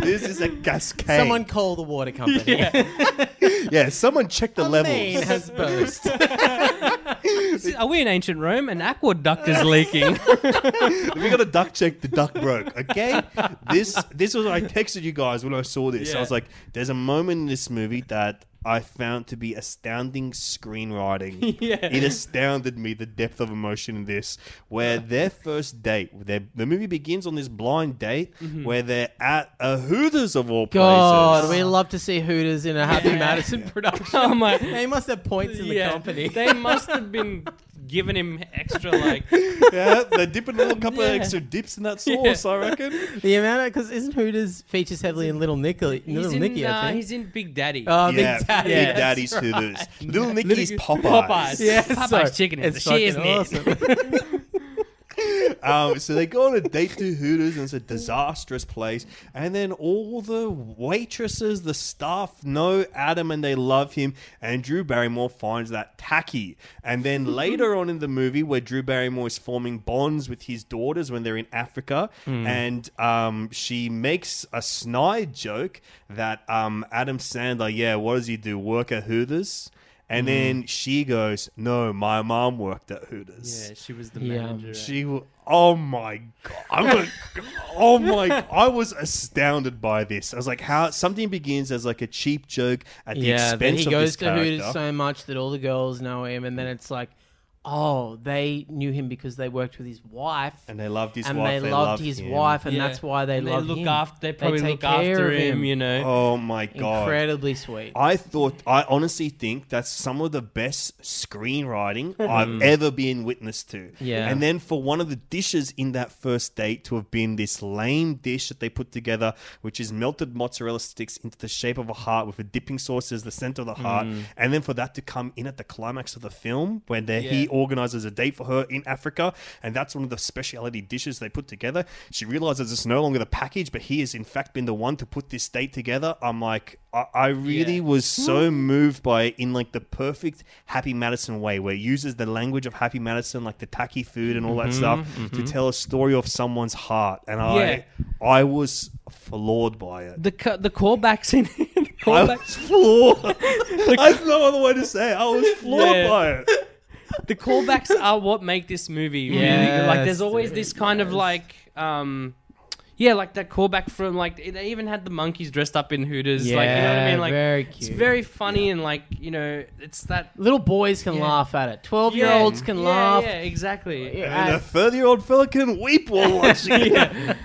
S4: this is a cascade.
S3: Someone call the water company.
S4: yeah, someone check the
S3: Main
S4: levels.
S3: has burst.
S6: Are we in ancient Rome? An aqueduct is leaking.
S4: If we got to duck check, the duck broke. Okay, this this was I texted you guys when I saw this. I
S6: Yeah.
S4: was like, "There's a moment in this movie that I found to be astounding screenwriting. It astounded me the depth of emotion in this, where their first date, their, the movie begins on this blind date
S6: Mm-hmm.
S4: where they're at a Hooters of all
S3: God,
S4: places.
S3: we love to see Hooters in a Happy Madison production.
S6: Oh my-
S3: They must have points in the
S6: yeah.
S3: company.
S6: They must have been giving him extra like
S4: yeah, they're dipping a little couple of
S6: Yeah.
S4: extra dips in that sauce. I reckon.
S3: the amount of because isn't Hooters features heavily in Little Nicky?
S6: he's
S3: Little
S6: in,
S3: Nicky,
S6: uh,
S3: I think.
S6: he's in Big Daddy.
S3: Oh,
S4: yeah,
S3: Big Daddy.
S4: Big
S6: that's
S4: Daddy's Hooters. Little Nicky's Popeyes.
S6: Popeyes.
S3: Yeah,
S6: Popeye's
S3: so
S6: chicken is
S3: it's
S6: the shit, isn't
S3: fucking
S6: it?
S3: awesome.
S4: Um, so they go on a date to Hooters, and it's a disastrous place. And then all the waitresses, the staff know Adam and they love him. And Drew Barrymore finds that tacky. And then later on in the movie, where Drew Barrymore is forming bonds with his daughters when they're in Africa, and um, she makes a snide joke that um, Adam Sandler, yeah, what does he do? Work at Hooters? And then she goes, No, my mom worked at Hooters.
S6: Yeah, she was the
S3: Yeah.
S6: manager.
S4: She, w- oh my god, I'm a, oh my, I was astounded by this. I was like, how something begins as like a cheap joke at the
S3: yeah, then
S4: expense
S3: he
S4: of
S3: goes
S4: this
S3: to
S4: character.
S3: Hooters so much that all the girls know him, and then it's like, oh, they knew him because they worked with his wife,
S4: and they loved his
S3: and
S4: wife.
S3: they
S4: loved
S3: loved his
S4: him.
S3: wife, and
S6: Yeah.
S3: that's why they
S6: And
S3: love
S6: look
S3: him.
S6: after they probably
S3: take
S6: look
S3: care
S6: after
S3: of
S6: him, you know.
S4: Oh my god,
S3: Incredibly sweet.
S4: I thought, I honestly think that's some of the best screenwriting I've ever been witness to.
S3: Yeah.
S4: And then for one of the dishes in that first date to have been this lame dish that they put together, which is melted mozzarella sticks into the shape of a heart with a dipping sauce as the center of the heart. And then for that to come in at the climax of the film when they, he organizes a date for her in Africa. And that's one of the speciality dishes they put together. She realizes it's no longer the package, but he has in fact been the one to put this date together. I'm like, I, I really
S6: Yeah. Hmm.
S4: was so moved by it in like the perfect Happy Madison way, where it uses the language of Happy Madison, like the tacky food and all that
S6: Mm-hmm,
S4: stuff, to tell a story of someone's heart. And I, I was floored by it.
S6: The cu- the callbacks in the
S4: I
S6: callback,
S4: was floored. That's no other way to say it. I was floored
S6: Yeah.
S4: by it.
S6: the callbacks are what make this movie really good. Like there's always this kind of like um yeah, like that callback from like they even had the monkeys dressed up in hooters. like you know what I
S3: Yeah,
S6: mean? Like
S3: very
S6: it's
S3: cute.
S6: very funny and like, you know, it's that
S3: Little boys can
S6: Yeah.
S3: laugh at it. Twelve-year-olds can
S6: Yeah,
S3: laugh.
S6: Yeah, exactly.
S4: And a
S3: Yeah.
S4: thirty-year-old fella can weep while watching it.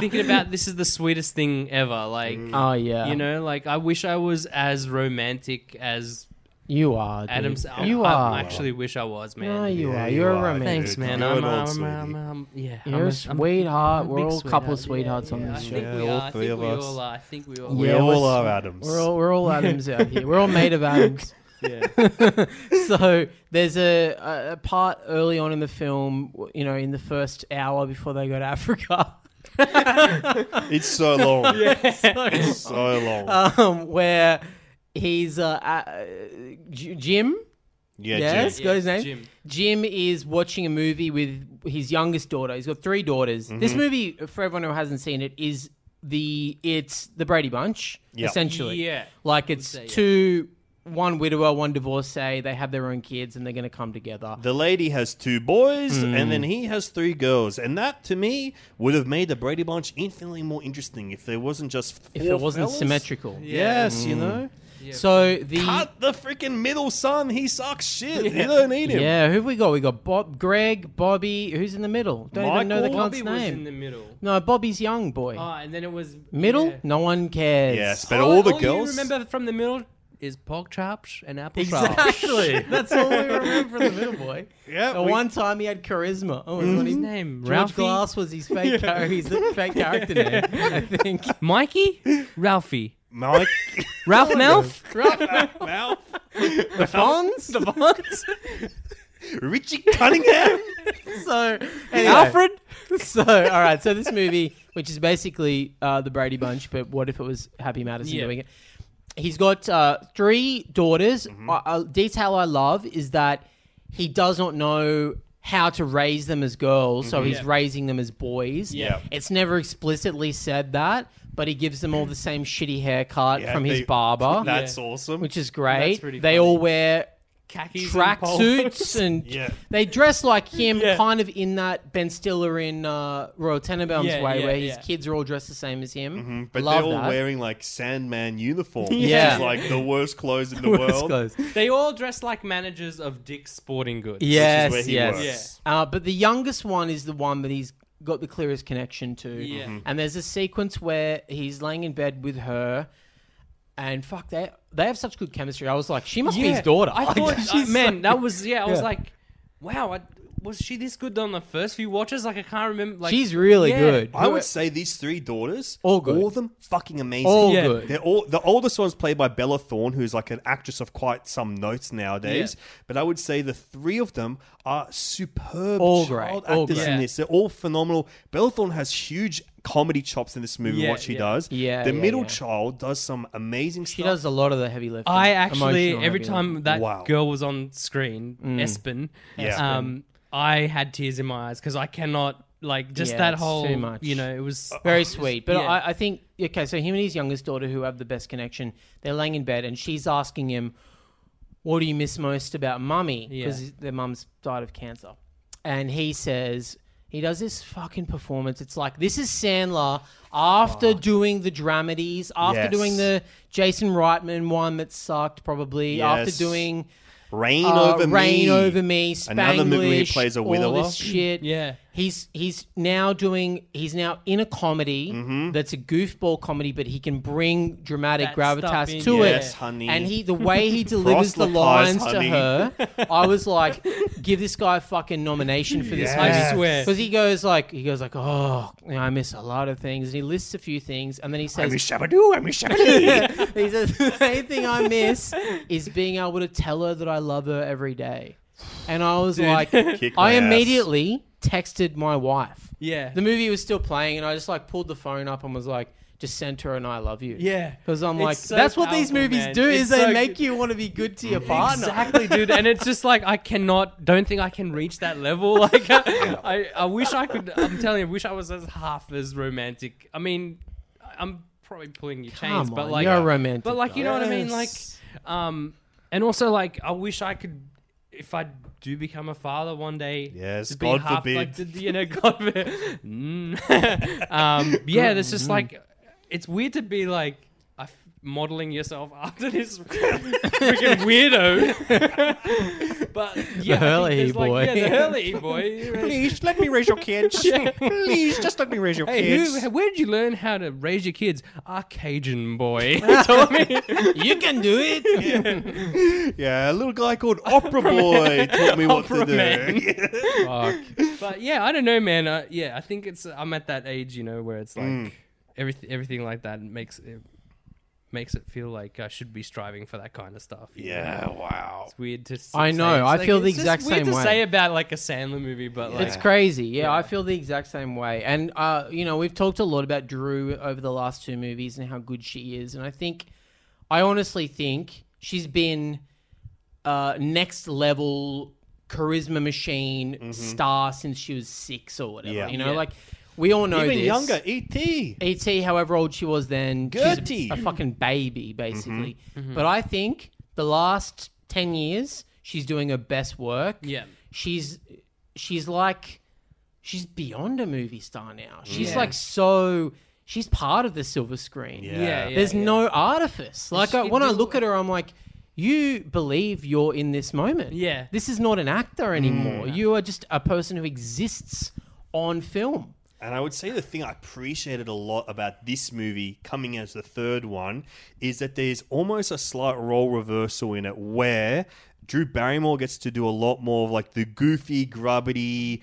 S6: Thinking about this is the sweetest thing ever. Like
S3: Oh yeah,
S6: you know, like I wish I was as romantic as
S3: you are Adams.
S6: Adams. I-
S3: You
S6: I,
S3: are.
S6: actually wish I was, man.
S3: No, you
S4: Yeah,
S3: are.
S4: you
S3: You're
S4: are,
S3: a romantic.
S6: Thanks,
S4: Dude,
S6: man.
S4: you're
S6: I'm,
S4: an old
S6: I'm,
S4: sweetie.
S6: I'm, I'm- yeah. I'm
S3: You're a
S6: I'm-
S3: sweetheart.
S6: I'm a
S3: We're
S6: big
S3: all a couple of
S6: sweetheart.
S3: sweethearts
S6: Yeah,
S3: on
S6: yeah,
S3: this
S6: I
S3: show.
S6: think
S4: Yeah,
S6: we
S4: all
S6: are. I
S4: three
S6: think
S4: of
S6: we
S4: us.
S6: all are. I think we all
S4: We
S3: Yeah,
S6: are.
S4: all
S3: we're-
S4: are Adams.
S3: We're all, we're all Adams out here. We're all made of Adams.
S6: Yeah.
S3: so there's a, a, a part early on in the film, w- you know, in the first hour before they go to Africa,
S4: It's so long. It's so long.
S3: um, where he's uh, uh, J- Jim.
S4: yeah,
S3: yes,
S4: Jim.
S3: got his name.
S6: Jim.
S3: Jim. is watching a movie with his youngest daughter. He's got three daughters.
S4: Mm-hmm.
S3: This movie, for everyone who hasn't seen it, is the it's the Brady Bunch
S4: Yeah.
S3: essentially.
S6: Yeah.
S3: like it's two, one widower, one divorcee. They have their own kids, and they're going to come together.
S4: The lady has two boys, and then he has three girls, and that to me would have made the Brady Bunch infinitely more interesting if there wasn't just four
S3: if it wasn't
S4: fellas.
S3: symmetrical,
S4: Yes, you know,
S3: so the
S4: cut the freaking middle son. He sucks shit. You don't need him.
S3: yeah, who have we got? We got Bob, Greg, Bobby. Who's in the middle? Don't even know the
S4: Michael?
S3: cunt's
S6: Bobby was
S3: name.
S6: in the middle.
S3: no, Bobby's young boy.
S6: Ah, and then it was
S3: middle?
S6: Yeah. Oh,
S3: No one cares.
S4: Yes, but all the girls.
S6: you remember from the middle is pork chops and apple chops.
S3: Exactly. That's all we remember from the middle boy.
S4: Yeah,
S3: The
S4: we-
S3: one time he had charisma. Oh, was
S6: What's
S3: his
S6: his
S3: name?
S6: name?
S3: George
S6: Ralphie.
S3: Glass was his fake character. He's the fake character name, I think.
S6: Mikey. Ralphie.
S4: Mike,
S6: Ralph Mouth.
S4: Mal,
S3: Fons? The Fons?
S4: Richie Cunningham.
S3: so, anyway.
S6: Alfred.
S3: So, all right. So this movie, which is basically uh, the Brady Bunch, but what if it was Happy Madison
S6: Yeah.
S3: doing it? he's got uh, three daughters.
S6: Mm-hmm.
S3: A- a detail I love is that he does not know how to raise them as girls, so he's raising them as boys.
S6: Mm-hmm. Yeah.
S3: It's never explicitly said that, but he gives them all the same shitty haircut
S4: Yeah,
S3: from his
S4: they-
S3: barber.
S4: That's awesome.
S3: Which is great.
S6: That's pretty
S3: they
S6: funny.
S3: all wear
S6: Khakis and polos.
S3: tracksuits and
S4: Yeah.
S3: they dress like him,
S6: Yeah.
S3: kind of in that Ben Stiller in uh, Royal Tenenbaums
S6: Yeah,
S3: way,
S6: yeah,
S3: where
S6: yeah. Mm-hmm,
S3: his kids are all dressed the same as him.
S4: But
S3: Love
S4: they're all
S3: that.
S4: wearing like Sandman uniforms, which
S3: Yeah.
S4: is like the worst clothes in the
S3: West
S4: world.
S3: Coast.
S6: They all dress like managers of Dick's Sporting Goods.
S3: Yes,
S4: where he
S3: yes.
S4: works.
S3: Uh, but the youngest one is the one that he's got the clearest connection to.
S6: Yeah. Mhm.
S3: And there's a sequence where he's laying in bed with her, and fuck, they they have such good chemistry. I was like, she must be his daughter.
S6: I
S3: Like,
S6: thought, uh,
S3: she's
S6: man,
S3: so-
S6: that was yeah. I was
S3: Yeah.
S6: like, wow, I, was she this good on the first few watches? Like I can't remember. Like
S3: she's really
S6: yeah.
S3: good.
S4: I would say these three daughters,
S3: All good.
S4: all of them fucking amazing.
S3: All Yeah. good.
S4: They're all the oldest one's played by Bella Thorne, who's like an actress of quite some notes nowadays. But I would say the three of them are superb
S3: All
S4: child
S3: great, all
S4: actors
S3: great.
S4: in
S6: Yeah.
S4: this. They're all phenomenal. Bella Thorne has huge comedy chops in this movie.
S6: Yeah,
S4: what she
S6: yeah.
S4: does,
S3: Yeah,
S4: The
S3: yeah,
S4: middle
S3: yeah.
S4: child does some amazing
S3: She
S4: stuff.
S3: does a lot of the heavy lifting.
S6: I actually
S3: emotional heavy
S6: every time that
S4: Wow.
S6: girl was on screen,
S3: Mm.
S6: Espen,
S4: Yeah.
S6: um, I had tears in my eyes because I cannot like just
S3: Yeah,
S6: that
S3: it's
S6: whole.
S3: too much.
S6: You know, it was
S4: Uh,
S3: Very sweet. Uh, But
S6: Yeah.
S3: I, I think, okay, so him and his youngest daughter, who have the best connection, they're laying in bed and she's asking him, What do you miss most about mummy? Because
S6: Yeah.
S3: their mum's died of cancer. And he says, He does this fucking performance. It's like, This is Sandler after doing the dramedies, after
S4: Yes.
S3: doing the Jason Reitman one that sucked, probably,
S4: Yes.
S3: after doing.
S4: Rain
S3: uh,
S4: over me.
S3: Rain over me. Spanglish,
S4: Another movie where he plays a
S3: all
S4: widower.
S3: this shit.
S6: Yeah.
S3: he's he's now doing. He's now in a comedy
S4: Mm-hmm.
S3: that's a goofball comedy, but he can bring dramatic
S6: That stuff in,
S3: gravitas to it.
S4: Yes, honey.
S3: And he, the way he delivers the lines
S4: Proselytize,
S3: to
S4: honey.
S3: her, I was like, give this guy a fucking nomination for this movie.
S6: I swear.
S3: Because he goes like he goes like oh you know, I miss a lot of things and he lists a few things and then he says
S4: I'm a Shabadoo, I'm a Shabadoo.
S3: he says the main thing I miss is being able to tell her that I love her every day. And I was like,
S4: Kick my
S3: I
S4: ass.
S3: immediately texted my wife.
S6: Yeah.
S3: The movie was still playing, and I just like pulled the phone up and was like, just sent her and I love you.
S6: Yeah.
S3: Because I'm
S6: It's
S3: like,
S6: so
S3: that's what these
S6: powerful,
S3: movies
S6: man.
S3: do,
S6: It's
S3: is they
S6: so
S3: make
S6: good.
S3: you want to be good to your partner.
S6: Exactly, dude. And it's just like I cannot. Don't think I can reach that level. Like uh, I, I wish I could. I'm telling you, I wish I was as half as romantic. I mean, I'm probably pulling your chains,
S3: Come
S6: but
S3: on,
S6: like uh,
S3: you're romantic,
S6: But like, you know what I mean? Like,
S4: Yes.
S6: um, and also like, I wish I could. If I do become a father one day,
S4: Yes,
S6: to be
S4: God
S6: half, Like, to,
S4: forbid.
S6: you know, God forbid. Mm. um, yeah, that's just like, it's weird to be like. I f- modeling yourself after this freaking weirdo. but yeah, I think
S3: Hurley
S6: there's, like,
S3: boy.
S6: yeah, the Hurley boy.
S4: Please let me raise your kids. Please just let me raise your
S6: Hey,
S4: kids.
S6: who, where did you learn how to raise your kids? Ah, Cajun boy. Tell me.
S3: you can do it.
S4: Yeah, a little guy called Opera Boy taught me what
S6: Opera
S4: to
S6: Man.
S4: do.
S6: But yeah, I don't know, man. Uh, yeah, I think it's. I'm at that age, you know, where it's like
S4: Mm.
S6: everything, everything like that makes it makes it feel like I should be striving for that kind of stuff. you know?
S4: yeah, wow.
S6: It's weird to. s-
S3: I
S6: say.
S3: know,
S6: It's
S3: I feel the
S6: it's just
S3: exact
S6: weird
S3: same
S6: to
S3: way.
S6: Say about like a Sandler movie, but like
S3: It's crazy. Yeah, I feel the exact same way. And uh, you know, we've talked a lot about Drew over the last two movies and how good she is. And I think, I honestly think she's been uh, next level charisma machine star since she was six or whatever.
S4: Yeah.
S3: You know,
S6: Yeah.
S3: like we all know
S4: Even
S3: this.
S4: younger, E E.T.
S3: Et, E however old she was then,
S4: Gertie.
S3: she's a, a fucking baby basically.
S6: Mm-hmm.
S3: But I think the last ten years, she's doing her best work.
S6: Yeah.
S3: she's she's like she's beyond a movie star now. She's
S6: Yeah.
S3: like so she's part of the silver screen.
S6: Yeah, yeah,
S3: There's
S6: yeah.
S3: no artifice. Like I,
S6: she
S3: when I
S6: do-
S3: look at her, I'm like, you believe you're in this moment.
S6: Yeah.
S3: this is not an actor
S6: Mm.
S3: anymore. You are just a person who exists on film.
S4: And I would say the thing I appreciated a lot about this movie coming as the third one is that there's almost a slight role reversal in it where Drew Barrymore gets to do a lot more of like the goofy, grubbity,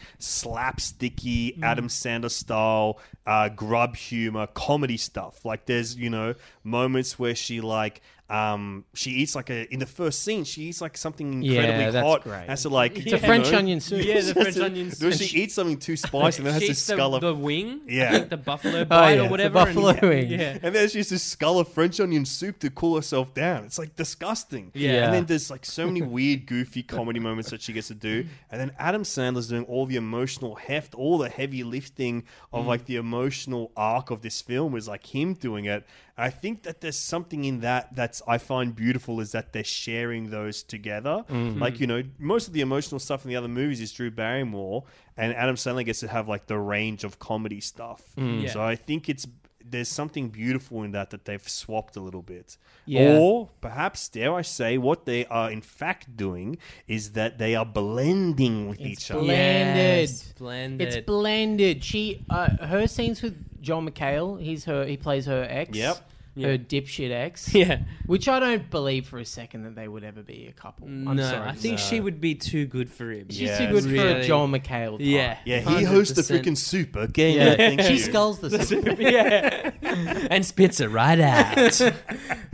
S4: slapsticky,
S3: Mm.
S4: Adam Sandler style uh, grub humor comedy stuff. Like there's, you know, moments where she like Um, she eats like a in the first scene. She eats like something incredibly
S3: Yeah, that's
S4: hot.
S3: great.
S4: Has to like
S3: It's a French onion soup.
S6: Yeah, the French onion
S4: Does
S6: soup.
S4: she eats something too spicy and then has to
S6: She's the,
S4: skull of
S6: the wing. I
S4: Yeah.
S6: think the buffalo bite
S3: Oh, yeah,
S6: or
S3: the
S6: whatever.
S3: buffalo
S6: and-
S3: wing.
S6: Yeah.
S4: And then she used to skull a French onion soup to cool herself down. It's like disgusting.
S6: Yeah.
S4: And then there's like so many weird, goofy comedy moments that she gets to do. And then Adam Sandler's doing all the emotional heft, all the heavy lifting of like the emotional arc of this film is like him doing it. And I think that there's something in that that's I find beautiful is that they're sharing those together. Like, you know, most of the emotional stuff in the other movies is Drew Barrymore and Adam Sandler gets to have like the range of comedy stuff.
S6: Yeah.
S4: So I think it's there's something beautiful in that that they've swapped a little bit.
S3: Yeah.
S4: Or perhaps, dare I say, what they are in fact doing is that they are blending with each other.
S3: Blended.
S6: Yes, blended.
S3: It's blended. She, uh, her scenes with John McHale. He's her. He plays her ex.
S4: Yep.
S3: Her dipshit ex.
S6: Yeah.
S3: Which I don't believe for a second that they would ever be a couple. I'm
S6: no,
S3: sorry.
S6: I think she would be too good for him.
S3: she's
S4: Yeah.
S3: too good for a
S6: Really?
S3: John McHale. Type.
S6: Yeah.
S4: Yeah, he hosts the
S6: 100%.
S4: freaking soup, okay?
S3: Yeah.
S4: Yeah, thank
S3: she
S4: you.
S3: skulls the soup.
S6: yeah. and spits it right out.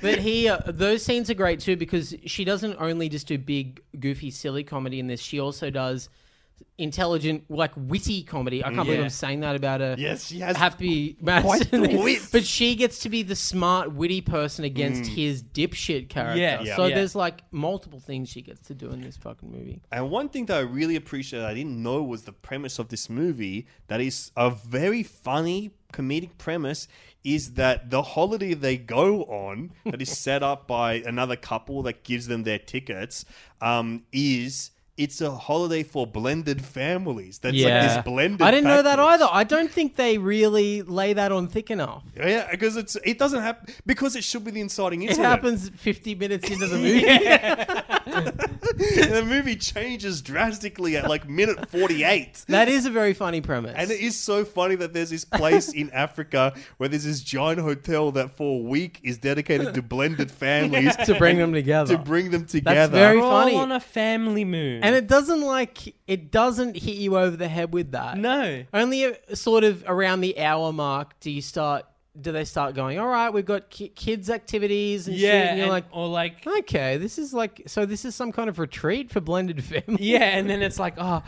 S3: But he, uh, those scenes are great too because she doesn't only just do big, goofy, silly comedy in this. She also does intelligent, like witty comedy. I can't believe
S6: Yeah.
S3: I'm saying that about her.
S4: Yes, she has
S3: have to be
S4: quite the
S3: Madison.
S4: wit.
S3: but she gets to be the smart, witty person against his dipshit character.
S6: Yeah, yeah.
S3: So
S6: Yeah.
S3: there's like multiple things she gets to do in this fucking movie.
S4: And one thing that I really appreciate that I didn't know was the premise of this movie that is a very funny comedic premise is that the holiday they go on that is set up by another couple that gives them their tickets um, is it's a holiday for blended families. That's like this blended
S3: I didn't know that
S4: package.
S3: either. I don't think they really lay that on thick enough.
S4: Yeah, because it's it doesn't happen because it should be the inciting
S3: It
S4: incident.
S3: happens 50 minutes into the movie.
S4: and the movie changes drastically at like minute 48.
S3: That is a very funny premise.
S4: And it is so funny that there's this place in Africa where there's this giant hotel that for a week is dedicated to blended families
S3: to bring them together.
S4: to bring them together.
S3: very-
S6: We're
S3: funny.
S6: all on a family moon.
S3: and it doesn't like it doesn't hit you over the head with that.
S6: no.
S3: Only uh, sort of around the hour mark do you start do they start going, "All right, we've got ki- kids activities and shit."
S6: Yeah,
S3: And you're
S6: and-
S3: like,
S6: or like
S3: "Okay, this is like so this is some kind of retreat for blended families."
S6: yeah, and then it's like, oh,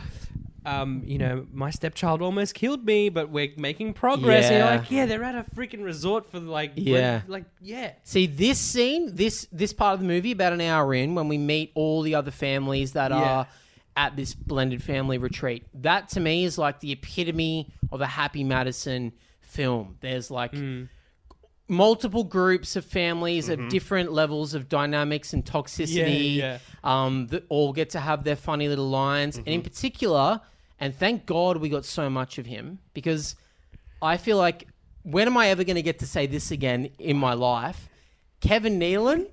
S6: um, you know, my stepchild almost killed me, but we're making progress. And
S3: Yeah.
S6: you're like, yeah, they're at a freaking resort for like, bre-
S3: Yeah.
S6: like yeah,
S3: See this scene, this this part of the movie about an hour in when we meet all the other families that are at this blended family retreat. That to me is like the epitome of a Happy Madison film. There's like multiple groups of families at different levels of dynamics and toxicity.
S6: Mm-hmm. Yeah, yeah.
S3: Um, that all get to have their funny little lines, and
S6: Mm-hmm.
S3: in particular, and thank God we got so much of him because I feel like when am I ever going to get to say this again in my life? Kevin Nealon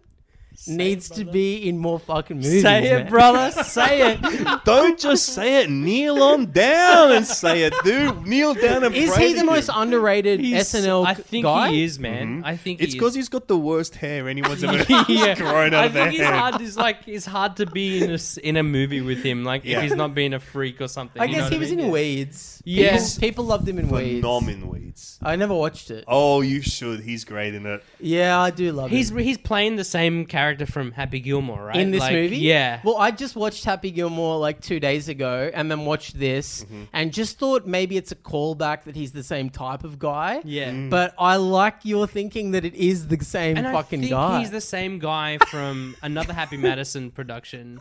S3: needs to be in more fucking movies.
S6: say it,
S3: man.
S6: brother, say it.
S4: Don't just say it. Kneel on down and say it, dude. Kneel down and
S3: Is
S4: pray
S3: he
S4: to
S3: the most
S4: him.
S3: underrated
S6: He's-
S3: SNL
S6: I think
S3: guy?
S6: he is, man. I think
S4: Mm-hmm. It's
S6: he
S4: because
S6: is.
S4: he's got the worst hair anyone's ever grown out
S6: I
S4: of their
S6: think it's
S4: hair.
S6: hard. It's like it's hard to be in a s- in a movie with him. Like
S4: Yeah.
S6: if he's not being a freak or something.
S3: I
S6: you know
S3: guess
S6: what
S3: he was
S6: mean?
S3: in Weeds.
S6: Yes.
S3: people, people loved him in Weeds.
S4: Phenomenal weeds.
S3: I never watched it.
S4: Oh, you should. He's great in it.
S3: Yeah, I do love
S6: He's
S3: him.
S6: he's playing the same character from Happy Gilmore, right?
S3: in this
S6: Like,
S3: movie?
S6: Yeah.
S3: Well, I just watched Happy Gilmore like two days ago and then watched this
S6: Mm-hmm.
S3: and just thought maybe it's a callback that he's the same type of guy.
S6: Yeah. Mm.
S3: But I like your thinking that it is the same
S6: and
S3: fucking
S6: I think
S3: guy.
S6: he's the same guy from another Happy Madison production,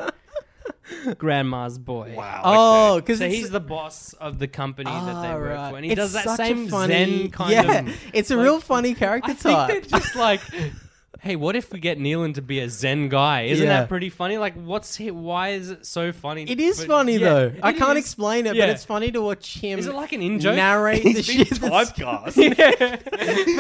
S6: Grandma's Boy.
S4: Wow.
S3: Oh, Ah,
S4: okay.
S3: because
S6: So he's the boss of the company that they work for, and he does that same zen kind
S3: yeah,
S6: of.
S3: It's a real funny character
S6: I think
S3: type.
S6: they're just like, hey, what if we get Nealon to be a zen guy? Isn't
S3: Yeah.
S6: that pretty funny? Like, what's he, why is it so funny?
S3: It is
S6: But-
S3: funny
S6: yeah,
S3: though. I
S6: it
S3: can't
S6: is.
S3: explain it,
S6: Yeah.
S3: but it's funny to watch him.
S6: Is it like an in joke?
S3: narrate the
S4: He's being
S3: shit? that's-
S4: typecast.
S3: but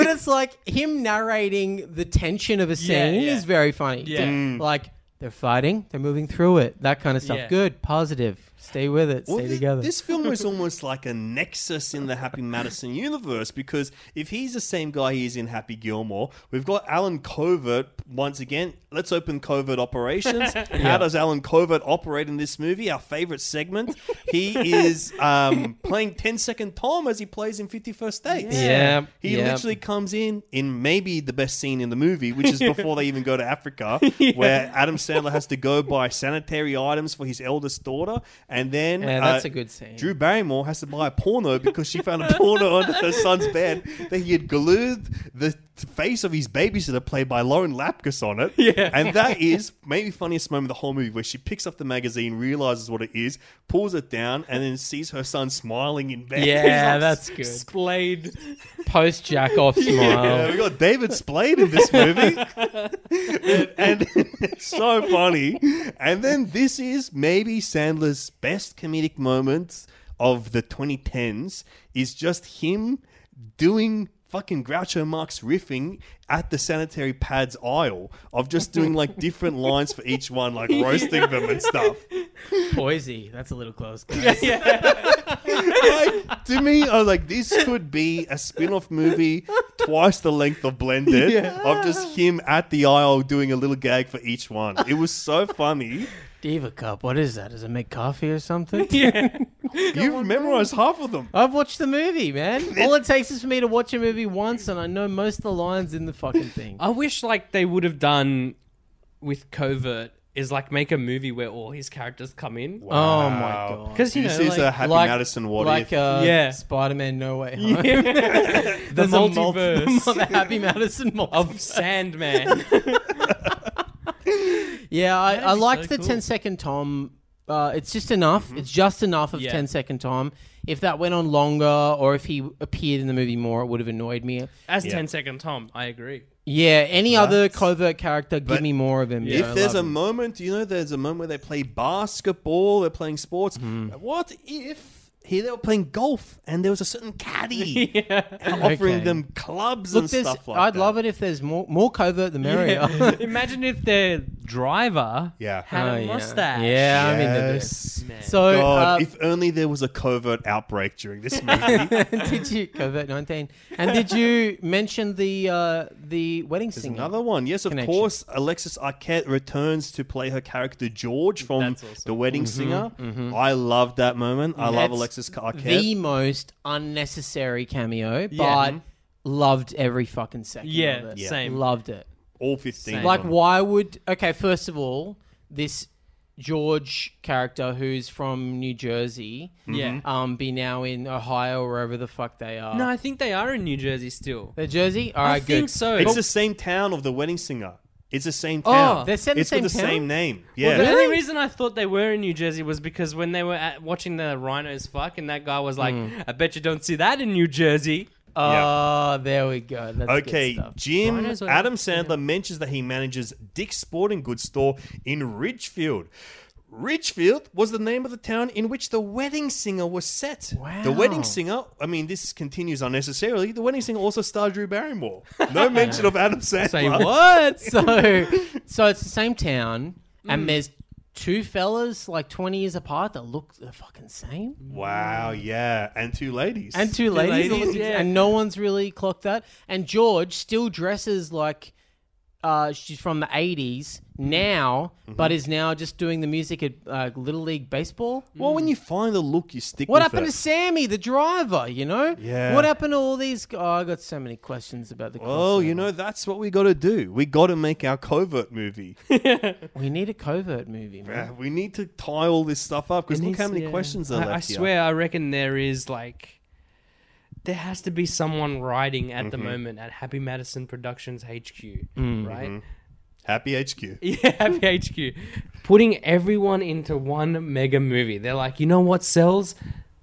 S3: it's like him narrating the tension of a scene
S6: Yeah, yeah.
S3: is very funny. Mm.
S6: Yeah.
S4: Mm.
S3: Like they're fighting, they're moving through it, that kind of stuff.
S6: Yeah.
S3: Good, positive. Stay with it. Stay
S4: Well, thi-
S3: together.
S4: This film is almost like a nexus in the Happy Madison universe because if he's the same guy he is in Happy Gilmore, we've got Alan Covert once again. Let's open Covert Operations. How does Alan Covert operate in this movie? Our favorite segment. He is um, playing 10 Second Tom as he plays in 51st Dates.
S6: Yeah.
S4: He
S6: Yeah.
S4: literally comes in in maybe the best scene in the movie, which is before they even go to Africa, where Adam Sandler has to go buy sanitary items for his eldest daughter, and then uh,
S3: Yeah, that's a good scene.
S4: Drew Barrymore has to buy a porno because she found a porno under her son's bed that he had glued the face of his babysitter, played by Lauren Lapkus, on it. Yeah. And that is maybe funniest moment of the whole movie where she picks up the magazine, realizes what it is, pulls it down, and then sees her son smiling in bed.
S3: yeah, that's good.
S6: Splayed.
S3: Post jack off smile.
S4: Yeah, we got David Spade in this movie, and, and it's so funny. And then this is maybe Sandler's best comedic moment of the 2010s is just him doing fucking Groucho Marx riffing at the sanitary pads aisle of just doing like different lines for each one, like roasting them and stuff.
S3: Poisey. That's a little close. guys.
S4: like, to me, I was like, this could be a spin-off movie twice the length of Blended of just him at the aisle doing a little gag for each one. It was so funny.
S3: Diva Cup. What is that? Does it make coffee or something?
S4: You've memorized half of them.
S3: I've watched the movie, man. All it takes is for me to watch a movie once, and I know most of the lines in the fucking thing.
S6: I wish like they would have done with covert is like make a movie where all his characters come in.
S3: Oh my god!
S6: Because you
S4: This
S6: know,
S4: is
S6: like,
S4: a Happy
S3: like,
S4: Madison what
S3: like
S4: if.
S3: Uh,
S6: Yeah.
S3: Spider-Man: No Way Home. the
S6: There's a mul-
S3: multiverse, the Happy Madison multiverse.
S6: of Sandman.
S3: yeah, I, I
S6: be
S3: liked
S6: so
S3: the
S6: cool.
S3: ten second 10 second Tom. Uh, it's just enough. It's just enough of
S6: Yeah.
S3: 10 second Tom. If that went on longer, or if he appeared in the movie more, it would have annoyed me.
S6: As Ten Second Tom, I agree.
S3: Yeah, any other covert character, give
S4: But
S3: me more of him. you know, I
S4: If there's a
S3: love him.
S4: moment, you know, there's a moment where they play basketball, they're playing sports.
S3: Mm-hmm.
S4: What if here they were playing golf and there was a certain caddy offering
S3: Okay.
S4: them clubs
S3: Look,
S4: and
S3: there's,
S4: stuff like
S3: I'd
S4: that?
S3: love it if there's more more covert the merrier.
S6: Imagine if their driver
S4: Yeah.
S6: had
S3: Oh,
S6: a
S3: yeah.
S6: mustache.
S3: Yeah, I mean, they're good.
S4: Yes.
S3: so
S4: God,
S3: uh,
S4: if only there was a covert outbreak during this movie.
S3: uh, did you covert nineteen? And did you mention the uh, the wedding
S4: There's
S3: singer?
S4: another one. Yes, of
S3: Connection.
S4: course, Alexis Arquette returns to play her character George from
S6: That's awesome.
S4: The Wedding Singer. I love that moment. I love
S3: Mm-hmm, That's
S4: Alexis Arquette.
S3: the most unnecessary cameo, but loved every fucking second.
S6: Yeah,
S3: of it.
S6: Yeah. same.
S3: Loved it.
S4: All 15. of
S3: Like,
S4: them.
S3: why would? Okay, first of all, this George character who's from New Jersey,
S6: Yeah. Uh,
S3: um, be now in Ohio or wherever the fuck they are.
S6: No, I think they are in New Jersey still.
S3: They're Jersey. All right,
S6: I think
S3: good.
S6: so.
S4: It's
S6: But
S4: the same town of The Wedding Singer. It's the same town.
S3: Oh, they're set in the
S4: it's got
S3: same
S4: the
S3: town?
S4: same name. Yeah.
S6: The only reason I thought they were in New Jersey was because when they were at, watching the rhinos fuck, and that guy was like, "I bet you don't see that in New Jersey."
S3: Oh,
S4: Yeah.
S3: there we go. That's good
S4: Okay,
S3: stuff.
S4: Jim.
S6: Rhinos are-
S4: Adam Sandler mentions that he manages Dick's Sporting Goods store in Ridgefield. Ridgefield was the name of the town in which the wedding singer was set. The wedding
S3: Wow.
S4: singer, I mean, this continues unnecessarily. The wedding singer also starred Drew Barrymore. No mention of Adam Sandler.
S3: Say what? so, so it's the same town,
S6: Mm.
S3: and there's two fellas like 20 years apart that look the fucking same,
S4: Wow, yeah. And two ladies.
S3: and two ladies, that
S6: ladies,
S3: look ex-
S6: yeah.
S3: and no one's really clocked that. And George still dresses like uh, she's from the 80s now,
S4: Mm-hmm.
S3: but is now just doing the music at uh, Little League Baseball.
S4: Well, when you find the look, you stick
S3: What
S4: with
S3: happened
S4: it.
S3: to Sammy, the driver? You know,
S4: Yeah.
S3: What happened to all these? Oh, I got so many questions about the.
S4: Oh, you
S3: crossover.
S4: know, that's what we got to do. We got to make our covert movie.
S3: we need a covert movie, man.
S4: Uh, we need to tie all this stuff up because look how many
S6: Yeah.
S4: questions are
S6: I,
S4: left
S6: I
S4: here.
S6: swear, I reckon there is like, there has to be someone writing at
S4: Mm-hmm.
S6: the moment at Happy Madison Productions HQ, right?
S4: Happy HQ.
S6: Yeah, Happy HQ, putting everyone into one mega movie. They're like, you know what sells?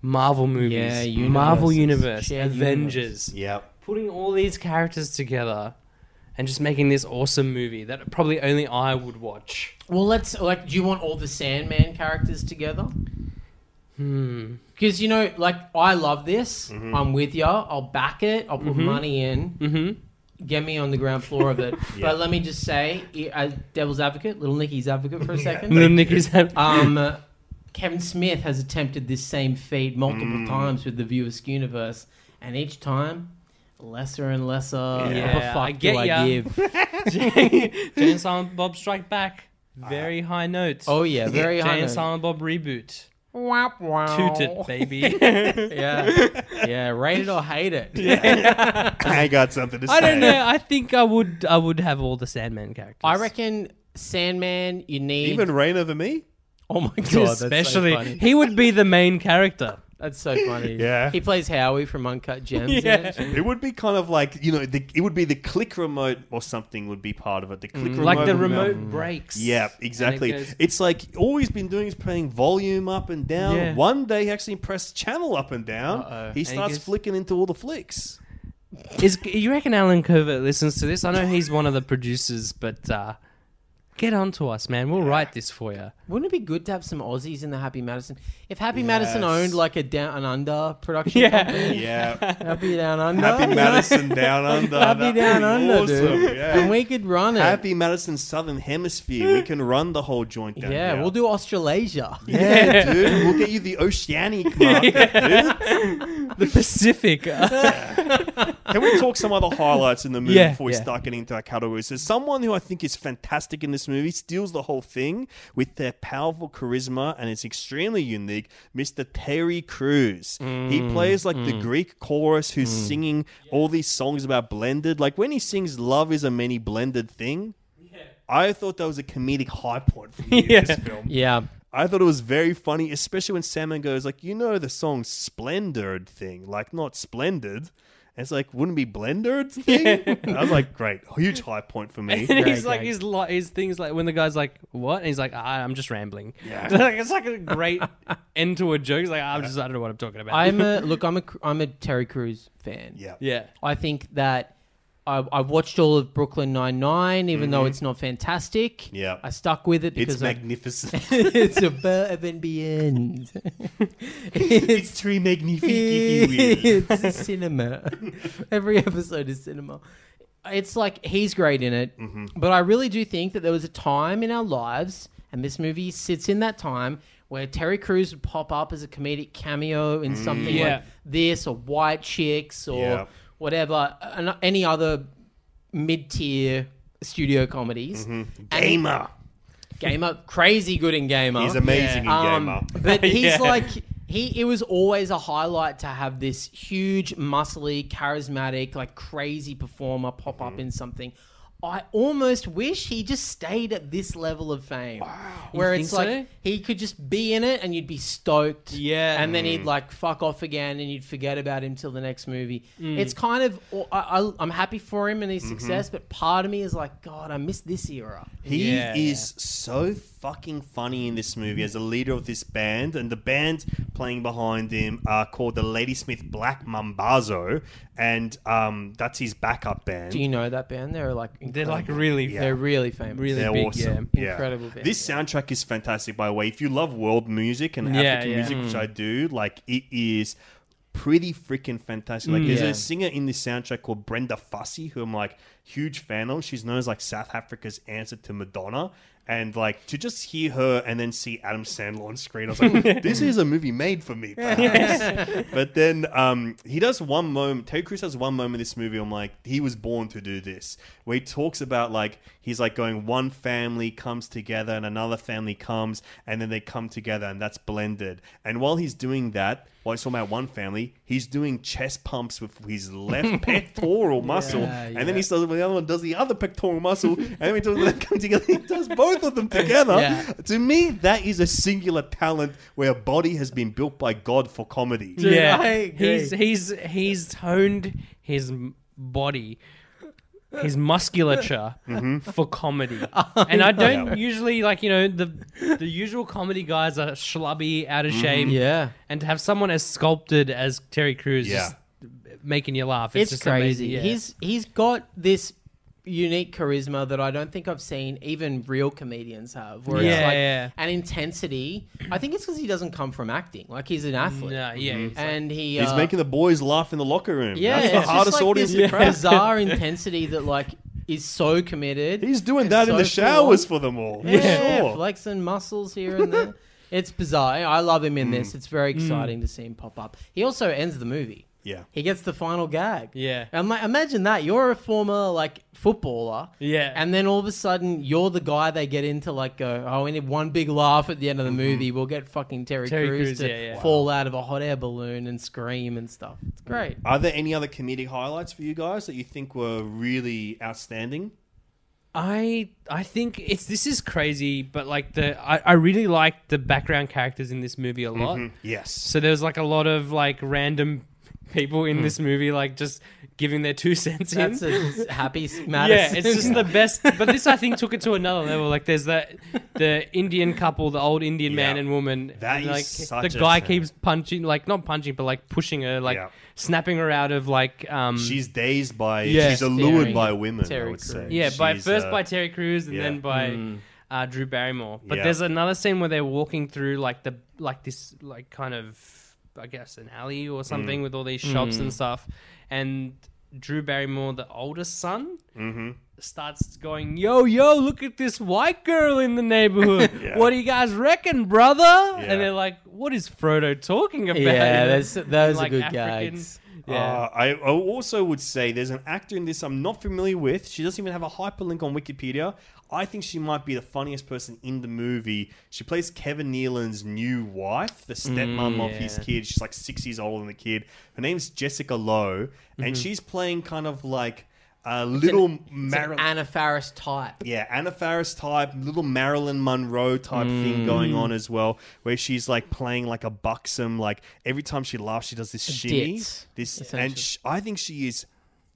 S6: Marvel movies,
S3: Yeah,
S6: Marvel
S3: universes.
S6: universe,
S3: Shared
S6: Avengers.
S4: Yep.
S6: putting all these characters together and just making this awesome movie that probably only I would watch.
S3: Well, let's like. Do you want all the Sandman characters together? Hmm.
S4: Hmm.
S3: Because you know, like, I love this.
S4: Mm-hmm.
S3: I'm with ya. I'll back it. I'll put money in. Mm-hmm. Get me on the ground floor of it. But let me e, just say, i- as devil's advocate, little Nicky's advocate for a second.
S6: Little Nicky's had
S3: um, Kevin Smith has attempted this same feat multiple
S6: Mm.
S3: times with the Viewersk universe, and each time, lesser and lesser. of a
S6: Yeah,
S3: fuck
S6: I
S3: do
S6: get
S3: I
S6: ya.
S3: give?
S6: Jane and Silent Bob Strike Back. Very high notes.
S3: Oh yeah, very
S6: Jane
S3: high.
S6: and
S3: note.
S6: Silent Bob reboot.
S3: Womp womp.
S6: Toot it, baby.
S3: Yeah, yeah. Rate it or hate it.
S4: I got something to say.
S6: I don't know. I think I would. I would have all the Sandman characters.
S3: I reckon Sandman. You need
S4: Even rain over me.
S3: Oh my god, that's so
S6: especially
S3: funny.
S6: he would be the main character.
S3: That's so funny.
S4: Yeah.
S3: He plays Howie from Uncut Gems.
S6: Yeah.
S3: yeah.
S4: It would be kind of like you know, the, it would be the click remote or something would be part of it. The click remote,
S6: Like the
S4: would be-
S6: remote breaks.
S4: Yeah,
S6: And it
S4: exactly.
S6: goes-
S4: It's like all he's been doing is playing volume up and down.
S6: Yeah.
S4: One day he actually pressed channel up and down. He
S6: And he
S4: starts
S6: goes-
S4: flicking into all the flicks.
S6: Is you reckon Alan Covert listens to this? I know he's one of the producers, but uh, get on to us, man. We'll write this for you.
S3: Wouldn't it be good to have some Aussies in the Happy Madison? If Happy Madison
S4: Yes.
S3: owned like a Down and Under production company,
S4: Yeah.
S3: Happy Down Under.
S4: Happy Madison down under.
S3: Happy
S4: That'd
S3: Down
S4: be
S3: Under,
S4: awesome.
S3: dude.
S4: Yeah.
S3: And we could run it.
S4: Happy Madison Southern Hemisphere. We can run the whole joint down.
S3: yeah,
S4: here.
S3: we'll do Australasia.
S4: Yeah, dude. We'll get you the oceanic market, dude.
S6: The Pacific.
S4: Can we talk some other highlights in the movie
S6: Yeah,
S4: before we
S6: yeah.
S4: start getting into our categories? There's someone who I think is fantastic in this movie, steals the whole thing with their powerful charisma, and it's extremely unique. Mr. Terry Crews. he plays like the Greek chorus who's singing all these songs about blended. Like when he sings "Love is a many blended thing," I thought that was a comedic high point for me in this film.
S3: Yeah.
S4: I thought it was very funny, especially when Salmon goes like, "You know the song Splendid thing, like not splendid." And it's like, wouldn't it be Blendered thing? And I was like, great, huge high point for me.
S6: and he's
S3: Great
S6: like,
S3: gag.
S6: his li- his things like when the guy's like, "What?" and he's like, ah, "I'm just rambling." Like, it's like a great end to a joke. He's like, "I'm just, I don't know what I'm talking about."
S3: I'm a look. I'm a I'm a Terry Crews fan.
S4: yeah.
S6: yeah.
S3: I think that I, I watched all of Brooklyn Nine Nine, even though it's not fantastic.
S4: Mm-hmm. Yeah.
S3: I stuck with it because
S4: It's
S3: I-
S4: magnificent.
S3: it's above and beyond. it's
S4: it's three magnifique, if you will.
S3: it's a cinema. Every episode is cinema. It's like he's great in it,
S4: Mm-hmm.
S3: but I really do think that there was a time in our lives, and this movie sits in that time where Terry Crews would pop up as a comedic cameo in something
S6: Yeah.
S3: like this, or White Chicks, or
S4: Mm, Yeah.
S3: whatever, an- any other mid-tier studio comedies. And he-
S4: Mm-hmm. Gamer.
S3: Gamer, crazy good in Gamer.
S4: He's amazing in Gamer.
S3: Um, but he's
S6: Yeah.
S3: like he. It was always a highlight to have this huge, muscly, charismatic, like crazy performer pop
S6: Mm-hmm.
S3: up in something. I almost wish he just stayed at this level of fame, where
S6: You
S3: it's
S6: think
S3: like
S6: so?
S3: he could just be in it and you'd be stoked,
S6: Yeah. Mm.
S3: and then he'd like fuck off again and you'd forget about him till the next movie.
S6: Mm.
S3: It's kind of I, I, I'm happy for him and his
S6: Mm-hmm.
S3: success, but part of me is like, God, I miss this era.
S4: He
S6: Yeah,
S4: is so fucking funny in this movie as a leader of this band, and the band playing behind him are called the Ladysmith Black Mambazo, and um, that's his backup band.
S3: Do you know that band? They're like
S6: They're like
S3: incredible.
S6: really
S3: They're really famous.
S6: Really
S4: They're
S6: big,
S4: awesome.
S6: yeah.
S3: Incredible band,
S4: This soundtrack is fantastic, by the way. If you love world music and
S6: Yeah,
S4: African
S6: yeah. Mm.
S4: music, which I do, like it is pretty freaking fantastic. Like there's
S3: Yeah.
S6: Mm.
S4: a singer in this soundtrack called Brenda Fussy, who I'm like huge fan of. She's known as like South Africa's answer to Madonna. And like to just hear her and then see Adam Sandler on screen, I was like, "This is a movie made for me." perhaps. but then um, he does one moment. Terry Crews has one moment in this movie. I'm like, he was born to do this. Where he talks about like he's like going one family comes together and another family comes and then they come together and that's blended. And while he's doing that, while he's talking about one family, he's doing chest pumps with his left pectoral muscle, and then he starts with the other one does the other pectoral muscle, and then he does them come together. He does both of them together.
S3: Yeah.
S4: To me, that is a singular talent where a body has been built by God for comedy.
S3: Dude,
S6: yeah,
S3: I agree.
S6: he's he's he's toned his m- body, his musculature
S3: Mm-hmm.
S6: for comedy, and I don't
S4: Yeah.
S6: usually like you know the the usual comedy guys are schlubby, out of shape,
S3: Mm-hmm. Yeah.
S6: and to have someone as sculpted as Terry Crews,
S4: Yeah.
S6: just making you laugh, it's,
S3: It's,
S6: just
S3: crazy.
S6: amazing, yeah.
S3: He's he's got this unique charisma that I don't think I've seen even real comedians have. Where it's
S6: Yeah,
S3: like
S6: yeah.
S3: an intensity. I think it's because he doesn't come from acting. Like he's an athlete.
S6: No, yeah, he's like-
S3: And he
S4: He's
S3: uh,
S4: making the boys laugh in the locker room.
S3: yeah,
S4: That's
S3: it's
S4: the
S3: just
S4: hardest
S3: like
S4: audience
S3: this
S4: to crack.
S3: Bizarre intensity that like is so committed.
S4: He's doing
S3: and
S4: that in
S3: so
S4: the
S3: full
S4: showers
S3: on.
S4: for them all.
S3: Yeah,
S4: sure.
S3: flexing muscles here and there. It's bizarre. I love him in
S6: Mm.
S3: this. It's very exciting to see him pop up. He also ends the movie.
S4: Yeah.
S3: He gets the final gag.
S6: Yeah.
S3: And like, imagine that. You're a former like footballer.
S6: Yeah.
S3: And then all of a sudden you're the guy they get into like go, oh, we need one big laugh at the end of the movie. We'll get fucking Terry,
S6: Mm-hmm. Terry
S3: Crews,
S6: Crews,
S3: to
S6: yeah, yeah.
S3: fall out of a hot air balloon and scream and stuff. It's great.
S4: Are there any other comedic highlights for you guys that you think were really outstanding?
S6: I I think it's this is crazy, but like the I, I really like the background characters in this movie a lot.
S4: Yes.
S6: So there's like a lot of like random people
S4: Mm.
S6: in this movie, like just giving their two cents in.
S3: That's a happy s-
S6: yeah,
S3: Madison.
S6: it's just the best. But this, I think, took it to another level. Like, there's that the Indian couple, the old Indian man
S4: Yeah.
S6: and woman.
S4: That
S6: and,
S4: is
S6: like
S4: such
S6: the
S4: a
S6: guy
S4: shame.
S6: keeps punching, like not punching, but like pushing her, like
S4: Yeah.
S6: snapping her out of like um.
S4: She's dazed by,
S6: Yeah.
S4: she's allured
S3: Staring
S4: by
S3: at
S4: women, I
S3: Terry
S4: would say.
S3: Crews.
S6: Yeah, by
S4: She's,
S6: first
S4: uh,
S6: by Terry Crews and
S4: yeah.
S6: then by
S3: Hmm.
S6: uh, Drew Barrymore. But
S4: Yeah.
S6: there's another scene where they're walking through like the like this like kind of I guess an alley
S4: Hmm.
S6: or something with all these shops
S3: Hmm.
S6: and stuff, and Drew Barrymore, the oldest son,
S4: Mm-hmm.
S6: starts going, "Yo, yo, look at this white girl in the neighborhood.
S4: Yeah.
S6: What do you guys reckon, brother?"
S4: Yeah.
S6: And they're like, "What is Frodo talking about?"
S3: Yeah, that's- those are
S6: Like
S3: good
S6: African-
S3: gags.
S6: Yeah.
S4: Uh, I, I also would say there's an actor in this I'm not familiar with. She doesn't even have a hyperlink on Wikipedia. I think she might be the funniest person in the movie. She plays Kevin Nealon's new wife, the stepmom of his
S6: Mm, yeah.
S4: kid. She's like six years older than the kid. Her name's Jessica Lowe,
S6: Mm-hmm.
S4: and she's playing kind of like a little Marilyn.
S3: Anna Faris type.
S4: yeah, Anna Faris type, little Marilyn Monroe type
S3: Mm.
S4: thing going on as well, where she's like playing like a buxom, like every time she laughs, she does this shimmy,
S3: ditz,
S4: this,
S3: essentially.
S4: and sh- I think she is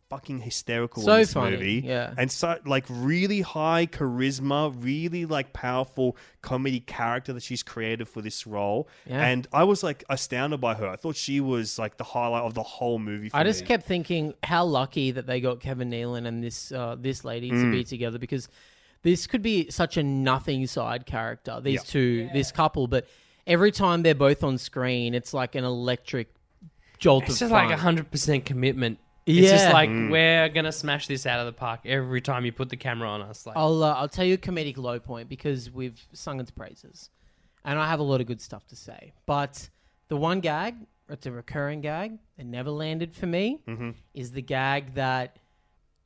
S4: fucking hysterical
S3: So
S4: in this
S3: funny,
S4: movie,
S3: yeah.
S4: and so like really high charisma, really like powerful comedy character that she's created for this role,
S3: Yeah.
S4: and I was like astounded by her. I thought she was like the highlight of the whole movie. For
S3: I just
S4: me.
S3: kept thinking how lucky that they got Kevin Nealon and this uh, this lady to be together because this could be such a nothing side character. These
S4: Yeah.
S3: two, this couple, but every time they're both on screen, it's like an electric jolt
S6: It's
S3: of
S6: just
S3: fun.
S6: like hundred percent commitment. It's
S3: Yeah.
S6: just like
S4: Mm.
S6: we're gonna smash this out of the park every time you put the camera on us. Like
S3: I'll uh, I'll tell you a comedic low point because we've sung its praises, and I have a lot of good stuff to say. But the one gag, it's a recurring gag that never landed for me,
S4: Mm-hmm.
S3: is the gag that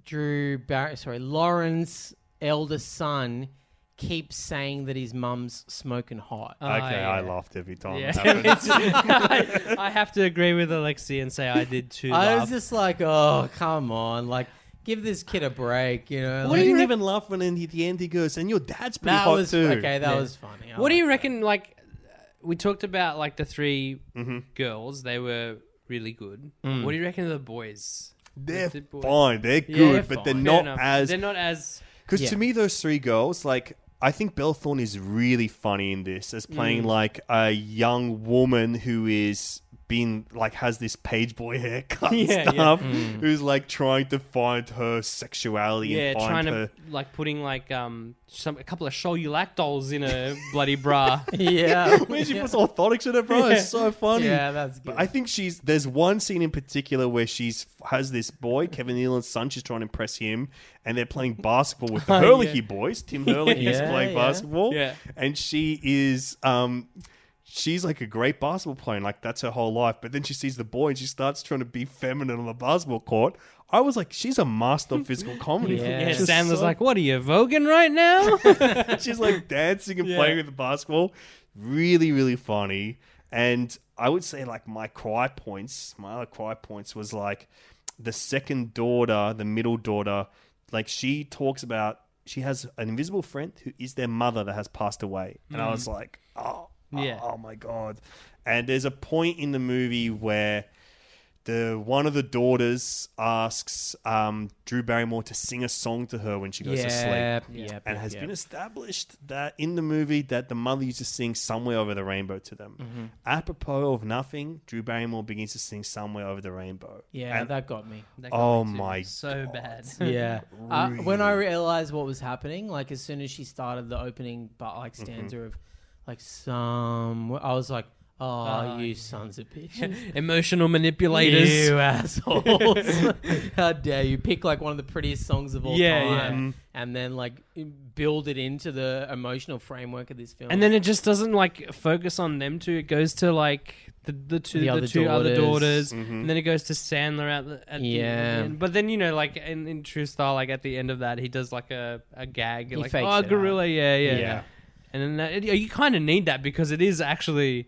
S3: Drew Barry, sorry, Lauren's eldest son keeps saying that his mum's smoking hot.
S4: Okay,
S6: yeah.
S4: I laughed every time.
S6: Yeah.
S4: it happened.
S6: It's- I, I have to agree with Alexi and say I did too.
S3: I
S6: laugh.
S3: was just like, oh come on, like give this kid a break, you know.
S4: Well,
S3: like-
S4: he didn't even laugh when in the end he goes, and your dad's pretty
S3: that
S4: hot
S3: was
S4: too.
S3: okay. That was funny. I
S6: what do you
S3: liked
S6: reckon? Like uh, we talked about, like the 3
S4: Mm-hmm.
S6: girls, they were really good.
S3: Mm.
S6: What do you reckon of the boys?
S4: They're
S6: The boys.
S4: fine. They're good,
S3: they're
S4: but they're
S3: fine.
S6: Fair
S4: not
S6: enough.
S4: as.
S6: They're not as.
S4: Because
S3: Yeah.
S4: to me, those three girls, like, I think Belle Thorne is really funny in this as
S6: Mm.
S4: playing like a young woman who is being like has this page boy haircut and
S6: Yeah, yeah.
S4: stuff, who's like trying to find her sexuality
S6: Yeah,
S4: and find
S6: trying to
S4: her.
S6: like putting like um some a couple of Shoyulak dolls in a bloody bra.
S3: it. yeah,
S4: Where she puts orthotics in her bra, it's so funny.
S3: yeah, that's
S4: But
S3: good.
S4: I think she's there's one scene in particular where she's has this boy Kevin Nealon's son. She's trying to impress him, and they're playing basketball with the Hurley boys. Tim Hurley is
S3: Oh, Yeah,
S4: playing
S3: yeah.
S4: basketball,
S6: Yeah.
S4: and she is um, she's like a great basketball player, and like that's her whole life. But then she sees the boy, and she starts trying to be feminine on the basketball court. I was like, she's a master of physical comedy.
S3: Yeah.
S6: Yeah,
S3: It's
S4: She's
S6: Sam was
S4: so-
S6: like, "What are you voguing right now?"
S4: she's like dancing and playing with the basketball. Really, really funny. And I would say like my cry points, my other cry points was like the second daughter, the middle daughter, like she talks about she has an invisible friend who is their mother that has passed away. And I was like, oh,
S6: Yeah.
S4: oh my God. And there's a point in the movie where the one of the daughters asks um, Drew Barrymore to sing a song to her when she goes to
S3: Yep,
S4: sleep,
S3: yep,
S4: and
S3: yep,
S4: has
S3: yep.
S4: been established that in the movie that the mother used to sing "Somewhere Over the Rainbow" to them.
S3: Mm-hmm.
S4: Apropos of nothing, Drew Barrymore begins to sing "Somewhere Over the Rainbow."
S3: Yeah,
S4: And-
S3: that got me.
S6: That
S4: Oh
S6: got me too.
S4: my
S6: So bad.
S3: Yeah. Uh, when I realized what was happening, like as
S4: Mm-hmm.
S3: soon as she started the opening, but like stanza of, like some, I was like, Oh,
S6: Uh,
S3: you sons of bitches.
S6: Emotional manipulators.
S3: you assholes. How dare you pick like one of the prettiest songs of all
S6: Yeah, yeah.
S4: Mm-hmm.
S3: time and then like build it into the emotional framework of this film.
S6: And then it just doesn't like focus on them two. It goes to like the, the two
S3: The
S6: the,
S3: other
S6: two other
S3: daughters.
S6: daughters, and then it goes to Sandler at the at
S3: Yeah.
S6: The, at the end. But then you know, like in, in True Style, like at the end of that, he does like a, a gag, like
S3: fakes
S6: oh
S3: it
S6: gorilla, yeah, yeah,
S4: Yeah.
S6: And then that, it- you kind of need that because it is actually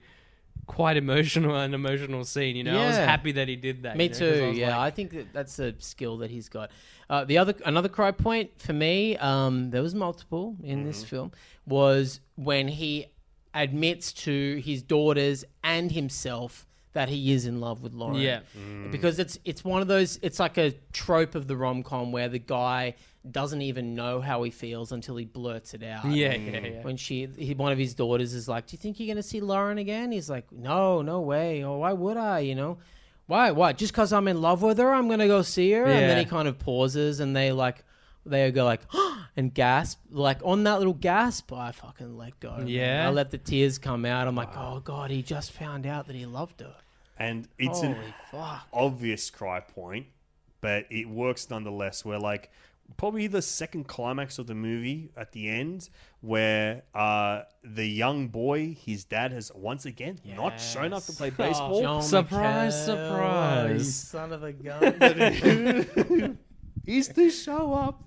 S6: quite emotional, an emotional scene. You know, I was
S3: Yeah.
S6: happy that he did that.
S3: Me
S6: you know, 'cause I
S3: too.
S6: was
S3: Yeah,
S6: like-
S3: I think that that's a skill that he's got. Uh, the other another cry point for me, um, there was multiple in this
S6: Mm-hmm.
S3: film, was when he admits to his daughters and himself that he is in love with Lauren.
S6: Yeah.
S3: because it's it's one of those. It's like a trope of the rom com where the guy doesn't even know how he feels until he blurts it out.
S6: yeah, yeah, yeah.
S3: When she, he, one of his daughters is like, "Do you think you're gonna see Lauren again?" He's like, "No, no way. Oh, why would I? You know, why? Why? Just because I'm in love with her, I'm gonna go see her." And then
S6: Yeah.
S3: he kind of pauses, and they like, they go like, and gasp. Like on that little gasp, I fucking let go. man.
S6: Yeah.
S3: I let the tears come out. I'm like, "Oh God, he just found out that he loved her."
S4: And it's
S3: Holy
S4: an
S3: fuck!
S4: obvious cry point, but it works nonetheless. Where like probably the second climax of the movie at the end, where uh, the young boy, his dad has once again not shown up to play baseball.
S3: Oh, John
S6: Oh, surprise,
S3: McHale,
S6: surprise.
S3: you son of a gun!
S4: is to show up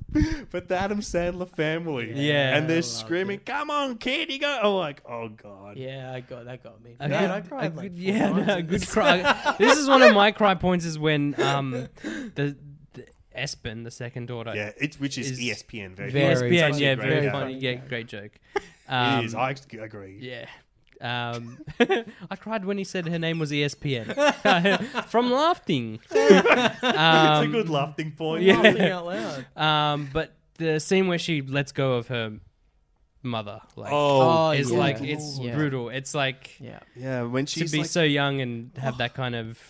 S4: for the Adam Sandler family.
S6: Yeah.
S4: And they're screaming, come on, kid. You go. I'm like, oh, God.
S3: yeah, I got that. Got me.
S6: A
S3: Man,
S6: good-
S3: I
S6: a
S3: cried like
S6: good-
S3: four
S6: yeah,
S3: times
S6: no, a
S3: in
S6: good
S3: this.
S6: cry. this is one of my cry points is when um the, the Espen, the second daughter,
S4: Yeah, it's, which is, E
S6: Is
S4: ESPN. Very,
S3: very
S4: funny.
S6: ESPN,
S3: funny,
S6: yeah,
S4: great
S6: very
S4: joke.
S6: funny, yeah, great joke.
S4: It
S6: Um,
S4: is. I agree.
S6: yeah. Um, I cried when he said her name was E ESPN from laughing.
S4: it's a good laughing point.
S3: Laughing out loud.
S6: Um, but the scene where she lets go of her mother, like,
S4: Oh,
S3: Oh,
S6: is
S3: yeah.
S6: like it's
S3: Yeah.
S6: brutal. It's like
S3: Yeah.
S4: yeah. When
S6: to
S4: she's
S6: be
S4: like,
S6: so young and have that kind of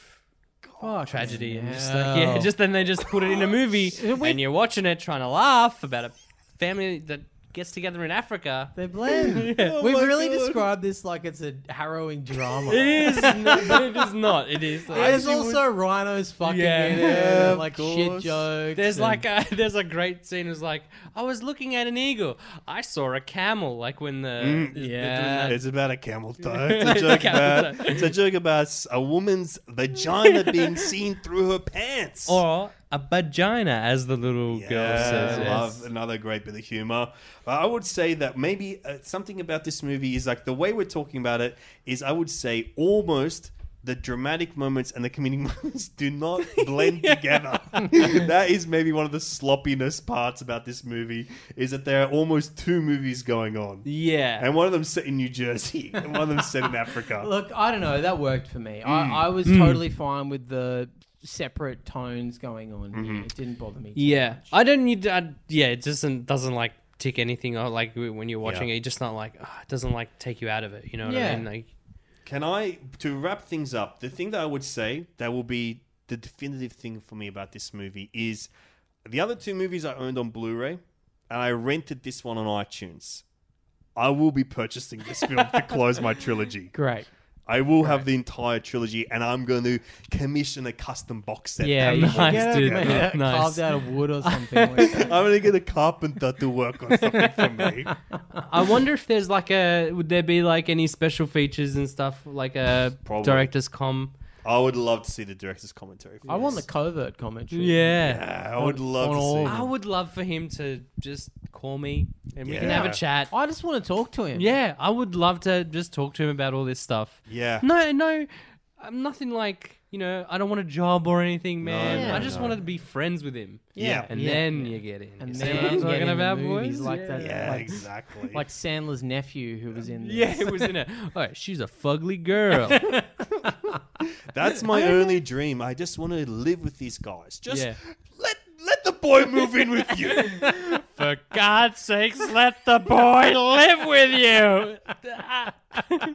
S3: Oh,
S6: tragedy and just like yeah just then they just put it in a movie and you're watching it trying to laugh about a family that gets together in africa
S3: they blend.
S6: Yeah.
S3: We've
S4: my
S3: really
S4: God.
S3: described this like it's a harrowing drama.
S6: it is not, it is not it is
S3: There's also rhinos fucking
S6: Yeah.
S3: in it,
S4: Yeah,
S3: and,
S4: of
S3: like shit
S4: course.
S3: jokes.
S6: there's
S3: and-
S6: like a, there's a great scene is like i was looking at an eagle i saw a camel like when the
S3: yeah.
S4: It's about a camel toe. It's a joke about. It's a joke about s- a woman's vagina being seen through her pants.
S6: or a vagina as the little girl says
S4: I
S6: yes.
S4: love another great bit of humor. Uh, I would say that maybe uh, something about this movie is like the way we're talking about it is I would say almost the dramatic moments and the comedic moments do not blend together. that is maybe one of the sloppiness parts about this movie is that there are almost two movies going on.
S6: yeah
S4: And one of them's set in New Jersey, and one of them's set in Africa.
S3: Look, I don't know. That worked for me.
S6: Mm.
S3: I, I was totally fine with the separate tones going on. here. It didn't bother me. too
S6: Mm-hmm. Yeah,
S3: much.
S6: I don't need. I, yeah, it doesn't doesn't like tick anything off. Like when you're watching
S4: Yeah.
S6: it, it's just not like ah, it doesn't like take you out of it. You know what
S3: Yeah.
S6: I mean? Like
S4: Can I, to wrap things up, the thing that I would say that will be the definitive thing for me about this movie is the other two movies I owned on Blu ray, and I rented this one on iTunes. I will be purchasing this film to close my trilogy.
S3: Great.
S4: I will have the entire trilogy, and I'm going to commission a custom box set.
S6: Yeah,
S4: having all
S6: nice,
S4: this
S6: dude.
S4: together.
S6: Yeah. Nice.
S3: Carved out of wood or something. like that.
S4: I'm going to get a carpenter to work on something for me.
S6: I wonder if there's like a would there be like any special features and stuff like a
S4: Probably.
S6: director's com?
S4: I would love to see the director's commentary. For
S3: I want the
S4: this.
S3: covert commentary.
S6: Yeah.
S4: Yeah, I would love
S3: on
S4: to
S3: all-
S4: see.
S6: I would love for him to just call me and we can
S4: Yeah.
S6: have a chat.
S3: I just want to talk to him.
S6: Yeah, I would love to just talk to him about all this stuff.
S4: Yeah.
S6: No, no, I'm nothing like you know. I don't want a job or anything, man.
S3: no,
S6: I just
S4: no.
S6: wanted to be friends with him.
S4: Yeah.
S6: and
S3: Yeah.
S6: then you get in.
S3: And
S6: You
S3: then
S6: see what I'm
S3: you get in
S6: talking
S3: the
S6: about,
S3: movies
S6: boys?
S3: like
S6: yeah.
S3: that.
S4: Yeah,
S3: Like-
S4: exactly.
S3: Like Sandler's nephew who was in this.
S6: Yeah, it was in it. All right, she's a fugly girl.
S4: That's my only dream. I just want to live with these guys. Just
S6: Yeah.
S4: let let the boy move in with you.
S6: For God's sakes, let the boy live with you.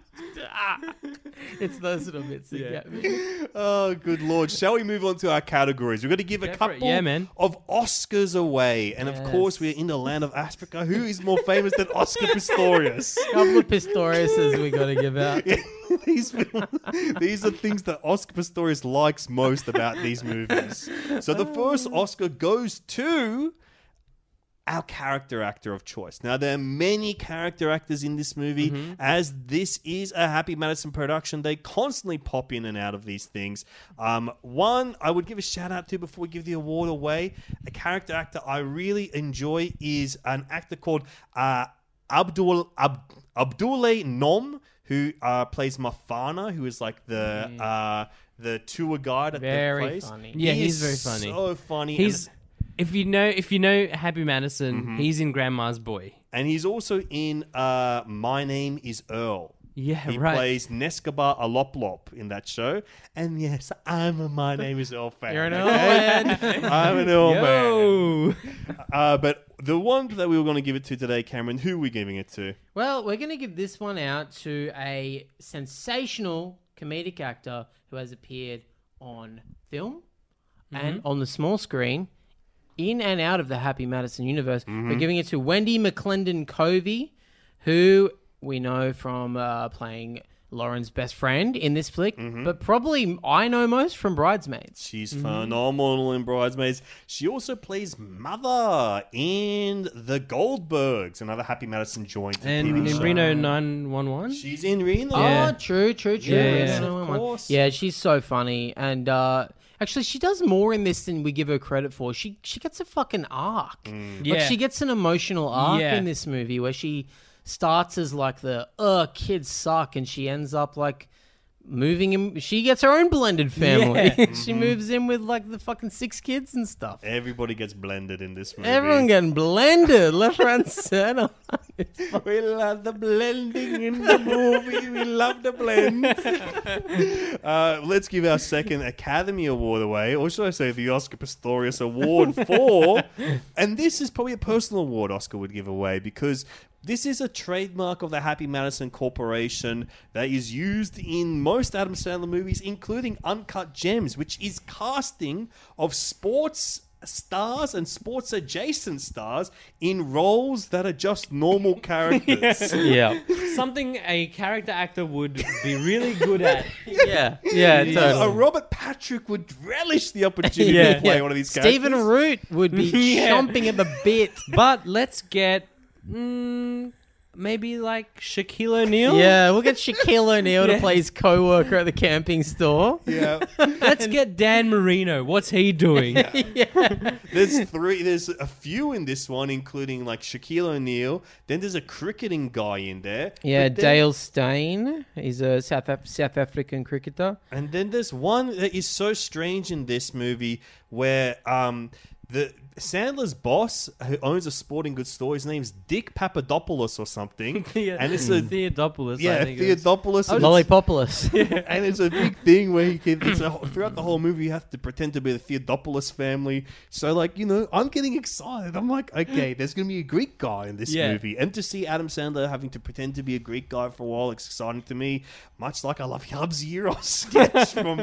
S3: It's those little bits that get me.
S4: oh, good lord! Shall we move on to our categories? We're going to give a
S6: Go for it.
S4: couple
S6: Yeah, man.
S4: of Oscars away, and of course, we're in the land of Africa. Who is more famous than Oscar Pistorius?
S3: Couple of Pistoriuses we got to give out.
S4: these films, these are things that Oscar Pistorius likes most about these movies. So the first Oscar goes to our character actor of choice. Now there are many character actors in this movie.
S3: Mm-hmm.
S4: As this is a Happy Madison production, they constantly pop in and out of these things. Um, one I would give a shout out to before we give the award away. A character actor I really enjoy is an actor called uh, Abdul Ab, Abdullah Nom, who uh, plays Mafana, who is like the uh, the tour guide at
S3: Mm. Very
S4: the place.
S3: funny.
S6: Yeah,
S4: He
S6: he's
S4: is
S6: very funny.
S4: So funny. and-
S6: He's if you know if you know Happy Madison,
S3: Mm-hmm.
S6: he's in Grandma's Boy.
S4: And he's also in uh, My Name is Earl.
S6: Yeah,
S4: he
S6: right.
S4: plays Nescabar Aloplop in that show. And yes, I'm a My Name is Earl fan.
S3: You're an
S4: okay?
S3: old man.
S4: I'm an Earl man.
S6: Oh,
S4: Uh, but the one that we were going to give it to today, Cameron, who are we giving it to?
S3: Well, we're going to give this one out to a sensational comedic actor who has appeared on film and on the small screen, in and out of the Happy Madison universe. We're giving it to Wendy McClendon Covey, who we know from uh, playing Lauren's best friend in this flick, but probably I know most from Bridesmaids.
S4: She's
S6: Mm.
S4: phenomenal in Bridesmaids. She also plays Mother in The Goldbergs, another Happy Madison joint
S6: and
S4: TV
S6: in
S4: show.
S6: Reno nine one one.
S4: She's in Reno.
S3: Oh, true, true, true.
S6: Yeah,
S3: Yes,
S6: yeah.
S3: I
S4: Of
S3: want one.
S4: course.
S3: Yeah, she's so funny, and uh, actually, she does more in this than we give her credit for. She she gets a fucking arc. Like
S4: Mm.
S6: Yeah.
S3: she gets an emotional arc
S6: Yeah.
S3: in this movie where she starts as like the uh kids suck, and she ends up like. Moving in, she gets her own blended family.
S6: Yeah.
S4: Mm-hmm.
S3: she moves in with like the fucking six kids and stuff.
S4: Everybody gets blended in this movie.
S3: Everyone getting blended left, right, and center.
S4: We love the blending in the movie. We love the blend. uh, let's give our second Academy Award away, or should I say the Oscar Pistorius Award for. and this is probably a personal award Oscar would give away because. This is a trademark of the Happy Madison Corporation that is used in most Adam Sandler movies, including Uncut Gems, which is casting of sports stars and sports adjacent stars in roles that are just normal characters.
S6: Yeah, something a character actor would be really good at.
S3: yeah, yeah,
S4: Uh, Robert Patrick would relish the opportunity
S6: Yeah.
S4: to play one of these characters.
S3: Stephen Root would be
S6: Yeah.
S3: chomping at the bit.
S6: But let's get mm, maybe like Shaquille O'Neal.
S3: Yeah, we'll get Shaquille O'Neal to play his co-worker at the camping store.
S4: Yeah.
S6: Let's get Dan Marino. What's he doing?
S4: There's three. There's a few in this one, including like Shaquille O'Neal. Then there's a cricketing guy in there.
S3: Yeah,
S4: But then-
S3: Dale Steyn. He's a South Af- South African cricketer.
S6: Oh,
S4: And then there's one that is so strange in this movie where um, the Sandler's boss, who owns a sporting goods store, his name's Dick Papadopoulos or something. And it's
S3: Hmm.
S4: a
S6: Theodopoulos. I
S4: yeah,
S6: think it was.
S4: Theodopoulos. and it's-
S3: Lollipopulous.
S4: and it's a big thing where you can it's a, throughout the whole movie you have to pretend to be the Theodopoulos family. So like you know, I'm getting excited. I'm like, okay, there's gonna be a Greek guy in this
S6: Yeah.
S4: movie, and to see Adam Sandler having to pretend to be a Greek guy for a while, it's exciting to me. Much like I love Yub's Euros sketch from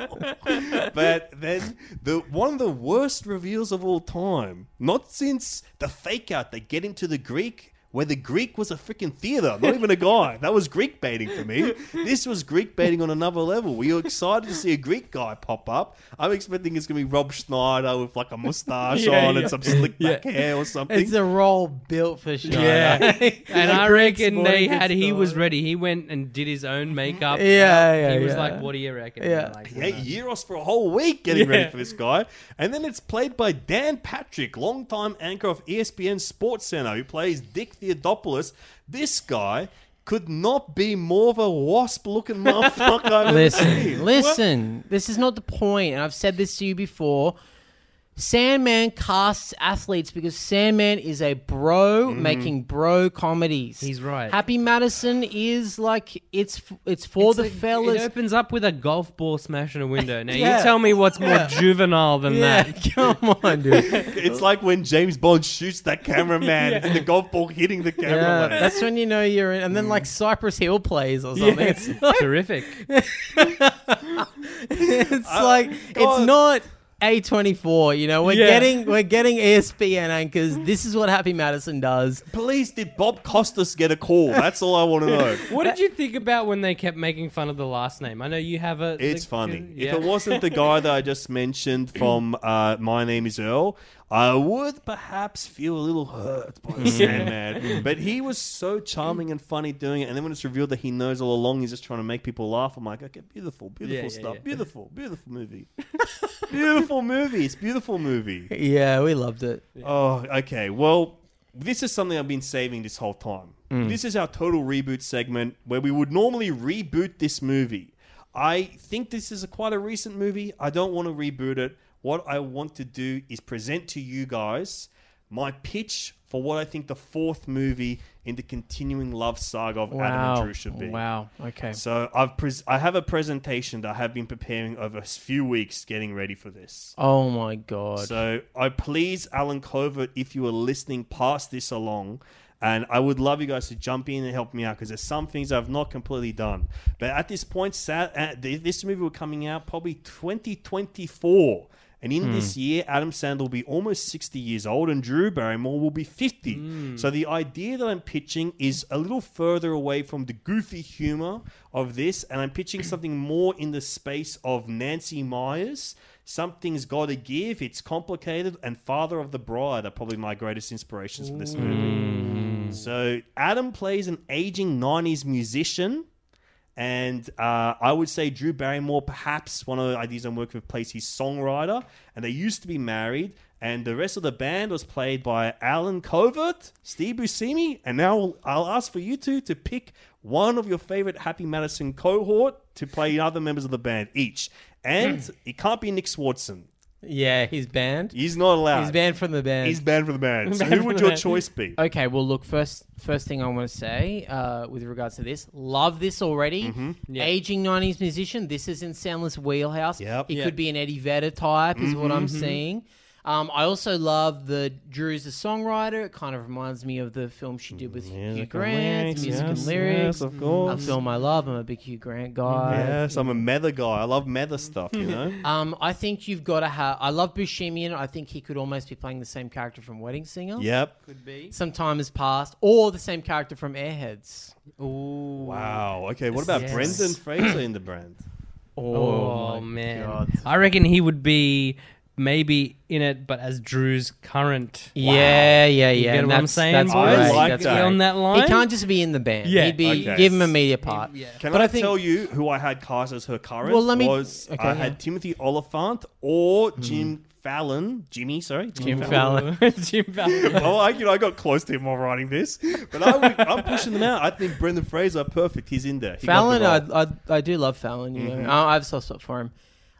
S4: SNL. But then the one of the worst reveals of all time, not since the fake out they get into the Greek where the Greek was a freaking theater, not even a guy. That was Greek baiting for me. This was Greek baiting on another level. Were you excited to see a Greek guy pop up? I'm expecting it's going to be Rob Schneider with like a mustache
S6: Yeah,
S4: on
S6: yeah.
S4: and some slick back hair or something.
S3: it's a role built for sure.
S6: Yeah, and I
S3: Greek
S6: reckon they
S3: sporting
S6: had.
S3: goods
S6: He was
S3: store.
S6: ready. He went and did his own makeup.
S3: Yeah, yeah,
S6: He was
S3: yeah.
S6: like, "What do you reckon?"
S3: Yeah.
S6: And like,
S4: Yeah, Euros for a whole week getting ready
S6: Yeah.
S4: for this guy. And then it's played by Dan Patrick, longtime anchor of E ESPN Sports Center, who plays Dick Theodopoulos. This guy could not be more of a wasp looking motherfucker I've ever seen.
S3: Listen,
S4: What?
S3: listen. This is not the point, and I've said this to you before. Sandman casts athletes because Sandman is a bro making bro comedies.
S6: Mm. He's right.
S3: Happy Madison is like it's f- it's for
S6: It's
S3: the
S6: like-
S3: fellas.
S6: It opens up with a golf ball smashing a window. Now
S3: Yeah.
S6: you tell me what's more juvenile than
S3: yeah,
S6: that.
S3: come on, dude.
S4: It's like when James Bond shoots that cameraman, it's the golf ball hitting the
S3: yeah,
S4: cameraman.
S3: that's when you know you're in. And
S4: Mm.
S3: then like Cypress Hill plays or something. It's,
S6: Terrific.
S3: it's like
S4: Uh, God.
S3: it's not A24, you know, we're
S6: Yeah.
S3: getting we're getting E ESPN anchors. This is what Happy Madison does.
S4: Please, did Bob Costas get a call? That's all I want to know.
S6: What did you think about when they kept making fun of the last name? I know you have a.
S4: It's
S6: the-
S4: funny.
S6: Yeah.
S4: If it wasn't the guy that I just mentioned from uh, My Name Is Earl, I would perhaps feel a little hurt by the Sandman. but he was so charming and funny doing it. And then when it's revealed that he knows all along, he's just trying to make people laugh. I'm like, okay, beautiful, beautiful
S6: yeah,
S4: stuff,
S6: yeah.
S4: beautiful, beautiful movie, beautiful movie. It's beautiful movie.
S3: Yeah, we loved it.
S4: Oh, okay. Well, this is something I've been saving this whole time.
S3: Mm.
S4: This is our total reboot segment where we would normally reboot this movie. I think this is a quite a recent movie. I don't want to reboot it. What I want to do is present to you guys my pitch for what I think the fourth movie in the continuing love saga of Adam and
S3: Wow.
S4: Drew should be.
S3: Wow. Okay.
S4: So I've pres- I have a presentation that I have been preparing over a few weeks getting ready for this.
S3: Oh my god.
S4: So I please Alan Covert, if you are listening, pass this along. And I would love you guys to jump in and help me out because there's some things I've not completely done. But at this point, sa- uh, th- this movie will coming out probably 2024. And in this year, Adam Sandler will be almost 60 years old and Drew Barrymore will be 50. So the idea that I'm pitching is a little further away from the goofy humor of this. And I'm pitching something more in the space of Nancy Myers. Something's got to give. It's complicated. And Father of the Bride are probably my greatest inspirations for this movie. So Adam plays an aging 90s musician. And uh, I would say Drew Barrymore, perhaps one of the ideas I'm working with, plays his songwriter. And they used to be married. And the rest of the band was played by Alan Covert, Steve Buscemi. And now I'll, I'll ask for you two to pick one of your favorite Happy Madison cohort to play other members of the band each.
S3: Hmm.
S4: And it can't be Nick Swartzen.
S3: yeah, he's banned.
S4: He's not allowed.
S3: He's banned from the band.
S4: He's banned from the band. So
S6: Banned
S4: who
S6: from
S4: would
S6: the
S4: your
S6: band.
S4: choice be?
S3: Okay, well, look, first first thing I want to say uh, with regards to this, love this already.
S4: Mm-hmm.
S3: Aging 90s musician, this is in Soundless Wheelhouse.
S4: Yep. Mm-hmm.
S3: It
S4: Yeah.
S3: could be an Eddie Vedder type, is what I'm seeing. Um, I also love the Drew's a songwriter. It kind of reminds me of the film she did with Hugh Grant, music and lyrics.
S4: of course.
S3: a film I love. I'm a big Hugh Grant guy.
S4: Yes, I'm a meta guy. I love meta stuff, you know?
S3: Um, I think you've got to have. I love Buscemian. I think he could almost be playing the same character from Wedding Singer.
S4: yep.
S3: Some time has passed, or the same character from Airheads.
S4: Wow. Okay, what about
S3: Yes.
S4: Brendan Fraser in the brand?
S6: Oh, man, I reckon he would be maybe in it, but as Drew's current.
S3: Yeah, yeah, yeah.
S6: You get what I'm
S3: that's-
S6: saying?
S3: That's
S4: I
S3: great.
S4: like
S3: that's
S4: that.
S3: great.
S6: On that line?
S3: he can't just be in the band.
S6: Yeah.
S3: he'd be
S4: Okay.
S3: give him a media part.
S4: Can
S3: But
S4: I,
S3: I think-
S4: tell you who I had cast as her current?
S3: Well, let me-
S4: Was,
S3: okay,
S4: I
S3: yeah.
S4: had Timothy Oliphant or Jim Fallon. Jimmy, sorry.
S3: Jim Fallon.
S6: Jim Fallon.
S4: oh, I, you know, I got close to him while writing this, but I would, I'm pushing them out. I think Brendan Fraser, perfect. He's in there. He got
S3: Fallon,
S4: the role.
S3: I, I I do love Fallon. You
S4: Mm-hmm.
S3: know, I, I have a soft spot for him.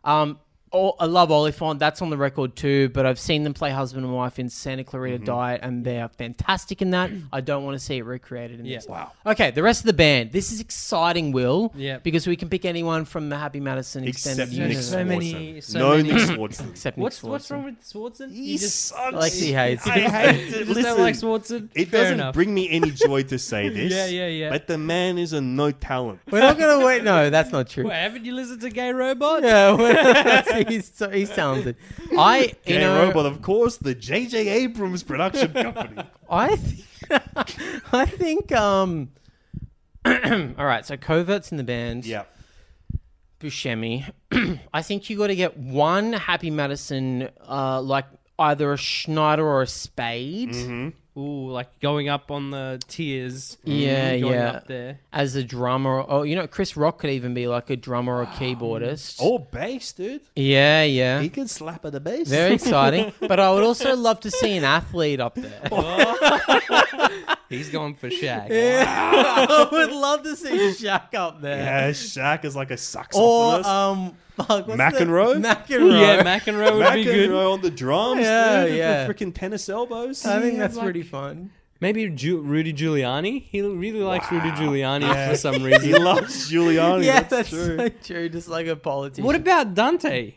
S3: Um, oh, I love Oliphant. That's on the record too. But I've seen them play husband and wife in Santa
S4: Mm-hmm.
S3: Clarita Diet, and they are fantastic in that. I don't want to see it recreated in
S6: Yeah.
S3: this. Wow. Okay, the rest of the band. This is exciting, Will.
S6: Yeah.
S3: because we can pick anyone from the Happy Madison
S4: except
S3: extended
S4: Nick
S3: universe.
S6: So
S4: Swartzen.
S6: many- so
S4: no
S6: many-
S4: Nick Swartzen.
S3: Except Nick
S6: What's what's
S3: Swartzen.
S6: wrong with Swartzen?
S4: He
S6: You just,
S4: sucks.
S3: Alexi hates
S4: I
S3: him.
S4: hate
S6: you
S4: it.
S6: just
S4: Listen,
S6: don't like Swartzen.
S4: it
S6: Fair
S4: doesn't
S6: enough.
S4: bring me any joy to say this.
S6: Yeah, yeah, yeah.
S4: But the man is a no talent.
S3: We're not gonna wait. No, that's not true.
S6: Wait, haven't you listened to Gay Robot?
S3: Yeah, well, that's- he's so, he's talented. I you
S4: Gay
S3: know
S4: Robot, of course, the J.J. Abrams production company.
S3: I think I think um. all right, so Covert's in the band.
S4: yeah.
S3: Buscemi. I think you got to get one Happy Madison, uh, like either a Schneider or a Spade,
S4: Mm-hmm.
S6: Ooh, like going up on the tiers. Mm,
S3: Yeah,
S6: going
S3: yeah.
S6: Up there.
S3: as a drummer. Oh, you know, Chris Rock could even be like a drummer or a keyboardist.
S4: Or bass, dude.
S3: yeah, yeah.
S4: Oh. He can slap at the bass.
S3: Very exciting. but I would also love to see an athlete up there.
S6: He's going for Shaq.
S3: I would love to see Shaq up there.
S4: yeah, Shaq is like a saxophonist.
S3: Or um, fuck, what's the-
S4: McEnroe?
S3: McEnroe.
S6: Yeah, McEnroe would be good.
S4: McEnroe on the drums,
S3: Yeah,
S4: dude,
S3: yeah.
S4: freaking tennis elbows.
S3: I think that's
S6: like-
S3: pretty fun.
S6: Maybe Ju- Rudy Giuliani. He really likes Rudy Giuliani for some reason.
S4: he loves Giuliani.
S3: Yeah,
S4: that's,
S3: that's,
S4: true.
S3: so true. Just like a politician.
S6: what about Dante?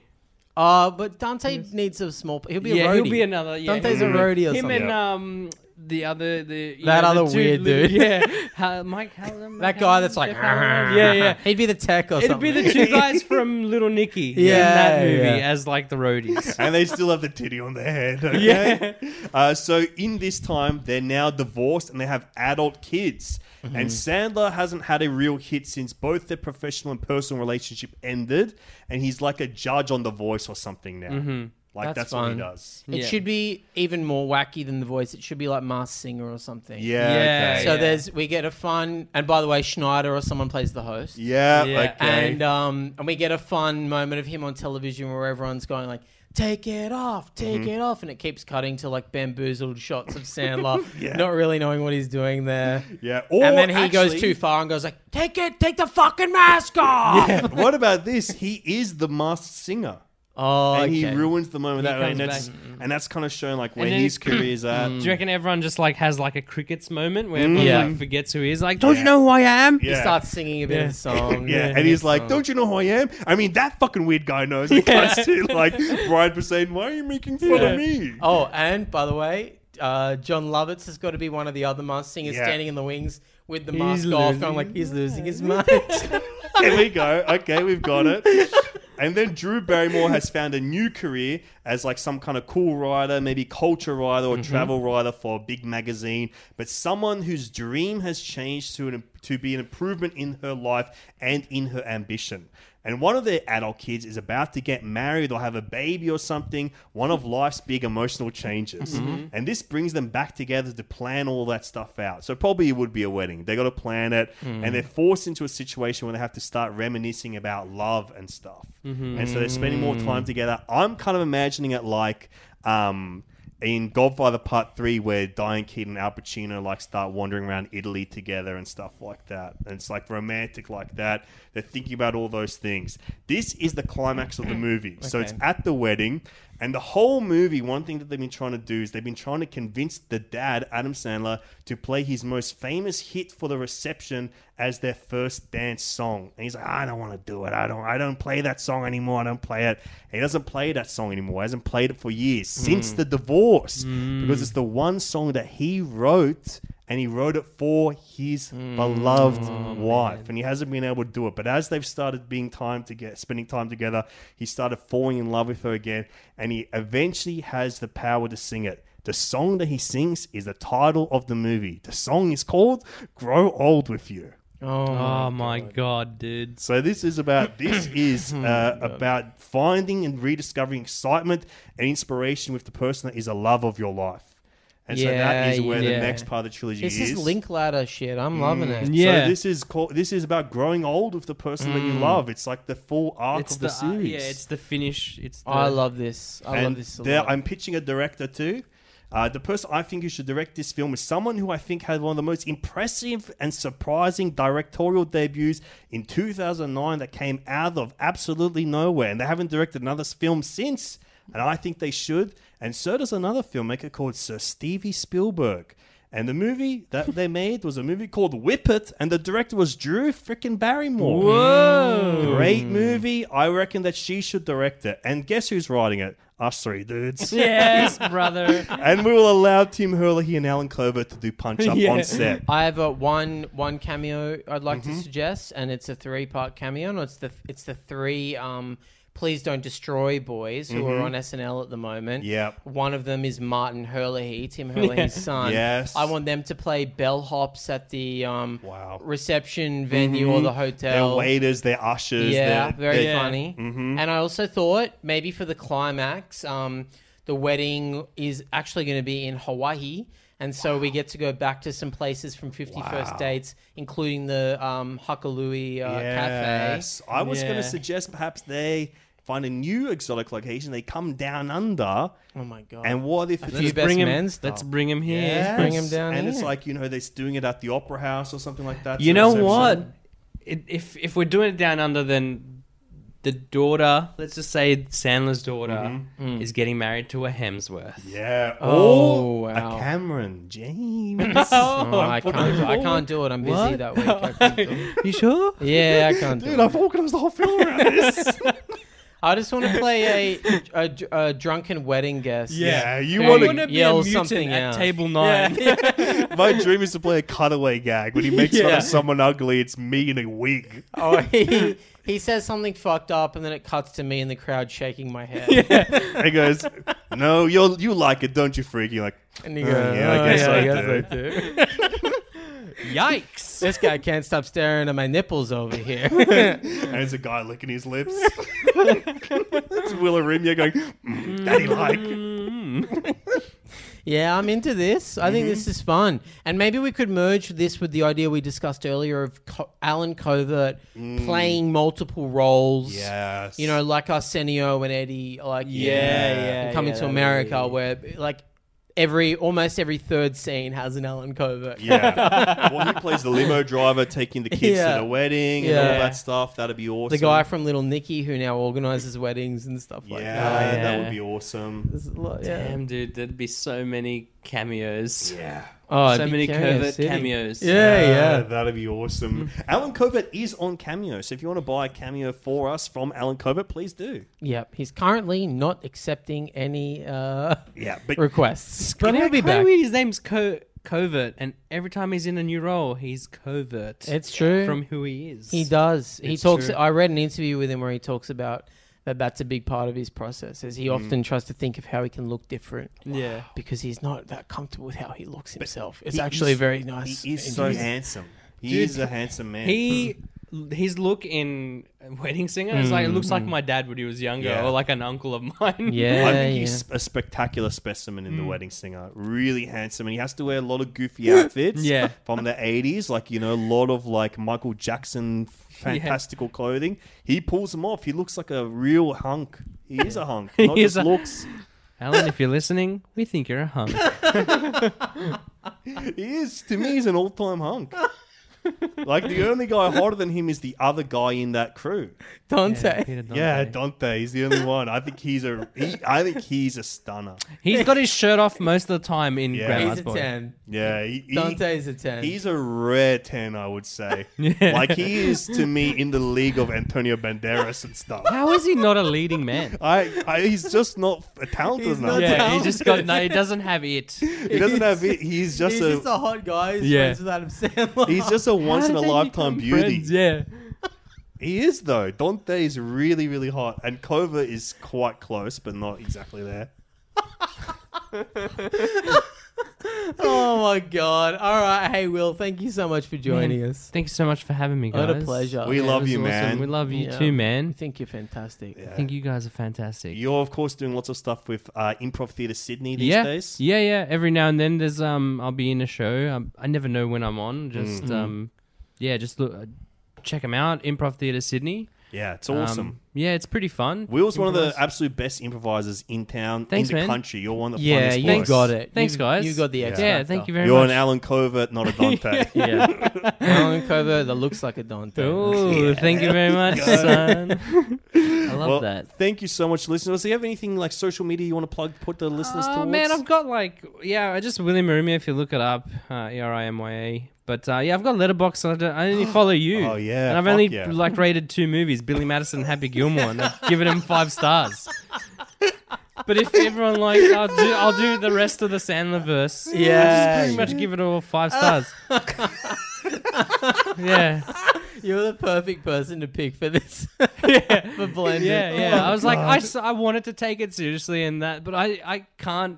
S3: Uh, but Dante needs a small. He'll be a
S6: yeah,
S3: roadie.
S6: he'll be another. Yeah,
S3: Dante's
S6: he'll
S3: a
S6: be-
S3: roadie or
S6: Him
S3: something.
S6: and um, the other the you
S10: That
S6: know, the
S10: other
S6: two
S10: weird
S6: little-
S10: dude.
S6: Yeah, How- Mike Hallam. Mike
S10: That guy
S6: Hallam,
S10: that's like,
S6: Jeff Hallam. yeah, yeah.
S10: He'd be the tech or
S6: It'd be
S10: something.
S6: the two guys from Little Nicky in
S10: Yeah,
S6: that movie
S10: yeah.
S6: as like the roadies.
S4: and they still have the titty on their head. Okay? Uh, so in this time, they're now divorced and they have adult kids. And Sandler hasn't had a real hit since both their professional and personal relationship ended. And he's like a judge on The Voice or something now. Like that's,
S3: That's
S4: what he
S3: fun.
S4: does.
S3: It
S6: Yeah.
S3: should be even more wacky than The Voice. It should be like Masked Singer or something.
S4: Yeah.
S6: Yeah,
S4: okay.
S3: So there's we get a fun and by the way Schneider or someone plays the host.
S4: yeah.
S6: Yeah.
S4: Okay.
S3: And um and we get a fun moment of him on television where everyone's going like take it off, take
S4: Mm-hmm.
S3: it off and it keeps cutting to like bamboozled shots of Sandler
S4: Yeah.
S3: not really knowing what he's doing there.
S4: yeah. Or
S3: and then he
S4: actually-
S3: goes too far and goes like take it, take the fucking mask off.
S4: Yeah. what about this? He is the masked singer.
S3: Oh,
S4: and
S3: okay.
S4: he ruins the moment that way, and
S6: comes
S4: that's and that's kind of shown like where
S6: then- mm-hmm.
S4: his career's at.
S6: Do you reckon everyone just like has like a crickets moment where everyone
S3: Yeah.
S6: like forgets who he is? Like, don't
S4: Yeah.
S6: you know who I am?
S3: He
S4: Yeah.
S3: starts singing a bit of the song. Oh.
S4: Yeah, and he's like, "Don't you know who I am? I mean, that fucking weird guy knows." He cuts to like Brian Posehn, "Why are you making fun of me?"
S3: Oh, and by the way, uh, John Lovitz has got to be one of the other masked singers
S4: Yeah.
S3: standing in the wings with the mask off. I'm like, he's losing his mind.
S4: There we go. Okay, we've got it. And then Drew Barrymore has found a new career as like some kind of cool writer, maybe culture writer or travel writer for a big magazine, but someone whose dream has changed to an, to be an improvement in her life and in her ambition. And one of their adult kids is about to get married or have a baby or something, one of life's big emotional changes. And this brings them back together to plan all that stuff out. So probably it would be a wedding. They got to plan it and they're forced into a situation where they have to start reminiscing about love and stuff. And so they're spending more time together. I'm kind of imagining it like um, in Godfather Part 3 where Diane Keaton and Al Pacino like start wandering around Italy together and stuff like that. And it's like romantic like that. They're thinking about all those things. This is the climax of the movie. So it's at the wedding and the whole movie one thing that they've been trying to do is they've been trying to convince the dad Adam Sandler to play his most famous hit for the reception as their first dance song. And he's like, I don't want to do it. I don't I don't play that song anymore. I don't play it. And he doesn't play that song anymore. He hasn't played it for years since the divorce. Because it's the one song that he wrote and he wrote it for his beloved wife and he hasn't been able to do it but as they've started being time to get spending time together he started falling in love with her again and he eventually has the power to sing it the song that he sings is the title of the movie the song is called grow old with you
S6: Oh my god, dude.
S4: so this is about this is uh, about finding and rediscovering excitement and inspiration with the person that is a love of your life and so that
S3: Yeah,
S4: is where the
S6: yeah.
S4: next part of the trilogy
S3: this
S4: is Mm.
S3: is Linklater shit. I'm loving it.
S6: Yeah. Mm.
S4: So this is called, this is about growing old with the person that you love. It's like the full arc
S6: it's
S4: of the,
S6: the, uh,
S4: series.
S6: yeah, it's the finish. It's the,
S3: I love this. I love
S4: and
S3: this a
S4: there,
S3: lot.
S4: I'm pitching a director too. Uh, the person I think who should direct this film is someone who I think had one of the most impressive and surprising directorial debuts in 2009 that came out of absolutely nowhere, and they haven't directed another film since. And I think they should. And so does another filmmaker called Sir Stevie Spielberg. And the movie that they made was a movie called Whip It, and the director was Drew frickin' Barrymore. Whoa! Great movie. I reckon that she should direct it. And guess who's writing it? Us three dudes.
S6: Yes, brother.
S4: and we will allow Tim Hurley and Alan Clover to do punch up
S6: Yeah.
S4: on set.
S3: I have a one one cameo I'd like
S4: Mm-hmm.
S3: to suggest, and it's a three part cameo. And it's the it's the three um, please don't destroy boys who are on SNL at the moment.
S4: Mm-hmm. Yep.
S3: One of them is Martin Herlihy, Tim Herlihy's son.
S4: Yes.
S3: I want them to play bellhops at the um,
S4: Wow. Mm-hmm.
S3: reception venue or the hotel.
S4: They're waiters, they're ushers.
S3: Yeah,
S4: they're,
S3: very
S4: they're-
S3: funny. And I also thought maybe for the climax, um, the wedding is actually going to be in Hawaii. And so we get to go back to some places from 51st Dates, including the um, Huckalui uh,
S4: Yes. I was going
S6: Yeah.
S4: to suggest perhaps they find a new exotic location. They come down under.
S3: Cafe. Oh my God.
S4: And what if it's
S3: few best
S6: bring him,
S3: men stuff.
S6: Let's bring him here.
S3: bring 'em down
S4: And it's
S3: here.
S4: like you know they're doing it at the opera house or something like that. so
S6: You know
S4: it's-
S6: what? It, if if we're doing it down under, then the daughter, let's just say Sandler's daughter, Mm. is getting married to a Hemsworth.
S4: Yeah.
S3: Oh,
S4: Or
S3: wow.
S4: a Cameron James.
S3: Oh, I, can't, I can't do it. I'm busy
S6: What?
S3: that week. I can't do it.
S6: You sure?
S3: Yeah, I can't do
S4: Dude,
S3: it.
S4: I've organised the whole film around this.
S3: I just want to play a, a, a drunken wedding guest.
S4: Yeah, you
S6: I
S4: wanna-
S6: wanna be a
S3: Yell
S6: mutant
S3: something
S6: at
S3: out.
S6: table nine.
S4: My dream is to play a cutaway gag when he makes fun
S6: Yeah.
S4: of someone ugly. It's me in a wig.
S3: Oh, he, he says something fucked up, and then it cuts to me in the crowd shaking my head.
S4: He goes, "No, you you like it, don't you, freak?" You're like,
S3: And he
S4: "Oh,
S3: goes,
S4: "Yeah, I guess
S3: "Oh,
S4: I,
S3: yeah,
S4: do."
S3: I guess I do.
S6: Yikes.
S3: this guy can't stop staring at my nipples over here.
S4: And it's a guy licking his lips. it's Willarimia going, mm, "Daddy like."
S3: yeah, I'm into this. I think
S6: Mm-hmm.
S3: this is fun. And maybe we could merge this with the idea we discussed earlier of Co- Alan Covert
S6: Mm.
S3: playing multiple roles.
S4: Yes.
S3: You know, like Arsenio and Eddie, like
S6: Yeah, yeah,
S3: and coming
S6: yeah,
S3: to
S6: that'd
S3: America, where like every almost every third scene has an Alan Covert.
S4: Yeah. well, he plays the limo driver taking the kids
S3: Yeah.
S4: to the wedding and
S3: Yeah.
S4: all that stuff. That'd be awesome.
S3: the guy from Little Nicky who now organizes weddings and stuff
S4: Yeah,
S3: like that.
S4: that
S6: yeah.
S4: would be awesome.
S3: There's a lot, yeah.
S6: Damn, dude, there'd be so many cameos.
S4: Yeah.
S3: Oh, it'd
S6: So
S3: be
S6: many
S3: Cameo
S6: covert
S3: City.
S6: cameos.
S3: Yeah, yeah.
S4: Uh,
S3: Mm.
S4: that'd be awesome. Alan Covert is on Cameo, so if you want to buy a cameo for us from Alan Covert, please do.
S3: Yep. He's currently not accepting any uh,
S4: Yeah, but
S3: requests. But
S6: You know,
S3: he'll be
S6: kinda
S3: back.
S6: weird, His name's Co- Covert, and every time he's in a new role, he's covert.
S3: It's true.
S6: from who he is.
S3: he does. He talks.
S6: true.
S3: I read an interview with him where he talks about that that's a big part of his process, is he
S4: Mm.
S3: often tries to think of how he can look different.
S6: Yeah.
S3: Because he's not that comfortable with how he looks himself. It's
S4: he
S3: actually
S4: is-
S3: very nice.
S4: he is so
S3: interview.
S4: handsome. He
S6: Dude,
S4: is a handsome man.
S6: He his look in Wedding Singer is like it looks like my dad when he was younger,
S4: Yeah.
S6: or like an uncle of mine.
S3: Yeah.
S4: I think
S3: yeah.
S4: he's a spectacular specimen in The Wedding Singer. Really handsome, and he has to wear a lot of goofy outfits.
S6: Yeah.
S4: from the '80s, like you know, a lot of like Michael Jackson fantastical clothing. He pulls them off. He looks like a real hunk. He is a hunk. Not
S6: He is
S4: just
S6: a-
S4: looks.
S6: Alan, if you're listening, we think you're a hunk.
S4: He is to me. He's an all-time hunk. like the only guy hotter than him is the other guy in that crew.
S3: Dante.
S6: Peter Dante.
S4: Yeah, Dante. He's the only one. I think he's a. He, I think he's a stunner.
S6: he's got his shirt off most of the time in
S4: Yeah.
S6: Grandma's
S3: He's a
S6: Boy.
S3: 10.
S4: Yeah, he, he-
S3: Dante's a 10.
S4: He's a rare 10, I would say. Like, he is to me in the league of Antonio Banderas and stuff.
S6: How is he not a leading man?
S4: I, I He's just not a talented
S3: He's
S4: enough.
S3: not Yeah,
S6: he just got no. He doesn't have it.
S4: He doesn't have it. He's just
S3: He's
S4: a.
S3: just a hot guy who's
S6: Yeah.
S3: friends with Adam Sandler.
S4: He's just a once in a lifetime beauty.
S6: yeah.
S4: He is though. Dante is really, really hot, and Kova is quite close, but not exactly there.
S3: Oh my god! All right, hey Will, thank you so much for joining us.
S6: Thank you so much for having me, guys.
S3: What a pleasure.
S4: We
S3: Yeah.
S4: love
S6: It was
S4: you, man.
S6: We love you
S3: Yeah.
S6: too,
S3: We
S6: man.
S3: think you're fantastic.
S6: I think you guys are fantastic.
S4: You're of course doing lots of stuff with uh, Improv Theatre Sydney these
S6: yeah,
S4: days.
S6: yeah, yeah. Every now and then, there's um, I'll be in a show. Um, I never know when I'm on. Just
S4: Mm-hmm.
S6: um, yeah, just look, uh, check them out. Improv Theatre Sydney.
S4: Yeah, it's
S6: Um,
S4: awesome.
S6: yeah, it's pretty fun.
S4: Will's one of the
S6: Improvise.
S4: absolute best improvisers in town,
S6: Thanks,
S4: in the
S6: man.
S4: country. You're one of the
S3: Yeah,
S4: funniest
S3: you
S4: blokes.
S3: got it.
S6: Thanks,
S3: You've-
S6: guys.
S3: You got the X.
S6: Yeah, thank you very
S4: You're
S6: much.
S4: an Alan Covert, not a Dante.
S3: Yeah, Alan Covert that looks like a Dante.
S6: Oh, thank you very much, son. I love
S4: Well,
S6: that.
S4: thank you so much, listeners. Do you have anything like social media you want to plug? Put the listeners
S6: Oh
S4: towards.
S6: man, I've got like yeah, I just William Arumia if you look it up, uh, E R I M Y A. But uh, yeah, I've got Letterbox. And I, don't, I only follow you.
S4: Oh, yeah,
S6: and I've
S4: fuck
S6: only
S4: yeah.
S6: like rated two movies: Billy Madison, and Happy Gilmore, and I've given him five stars. But if everyone likes, I'll do, I'll do the rest of the Sandlerverse.
S3: Yeah.
S6: I'll just pretty much give it all five stars. yeah,
S3: You're the perfect person to pick for this. for blending.
S6: yeah, yeah. I was like, I, s- I wanted to take it seriously and that, but I, I can't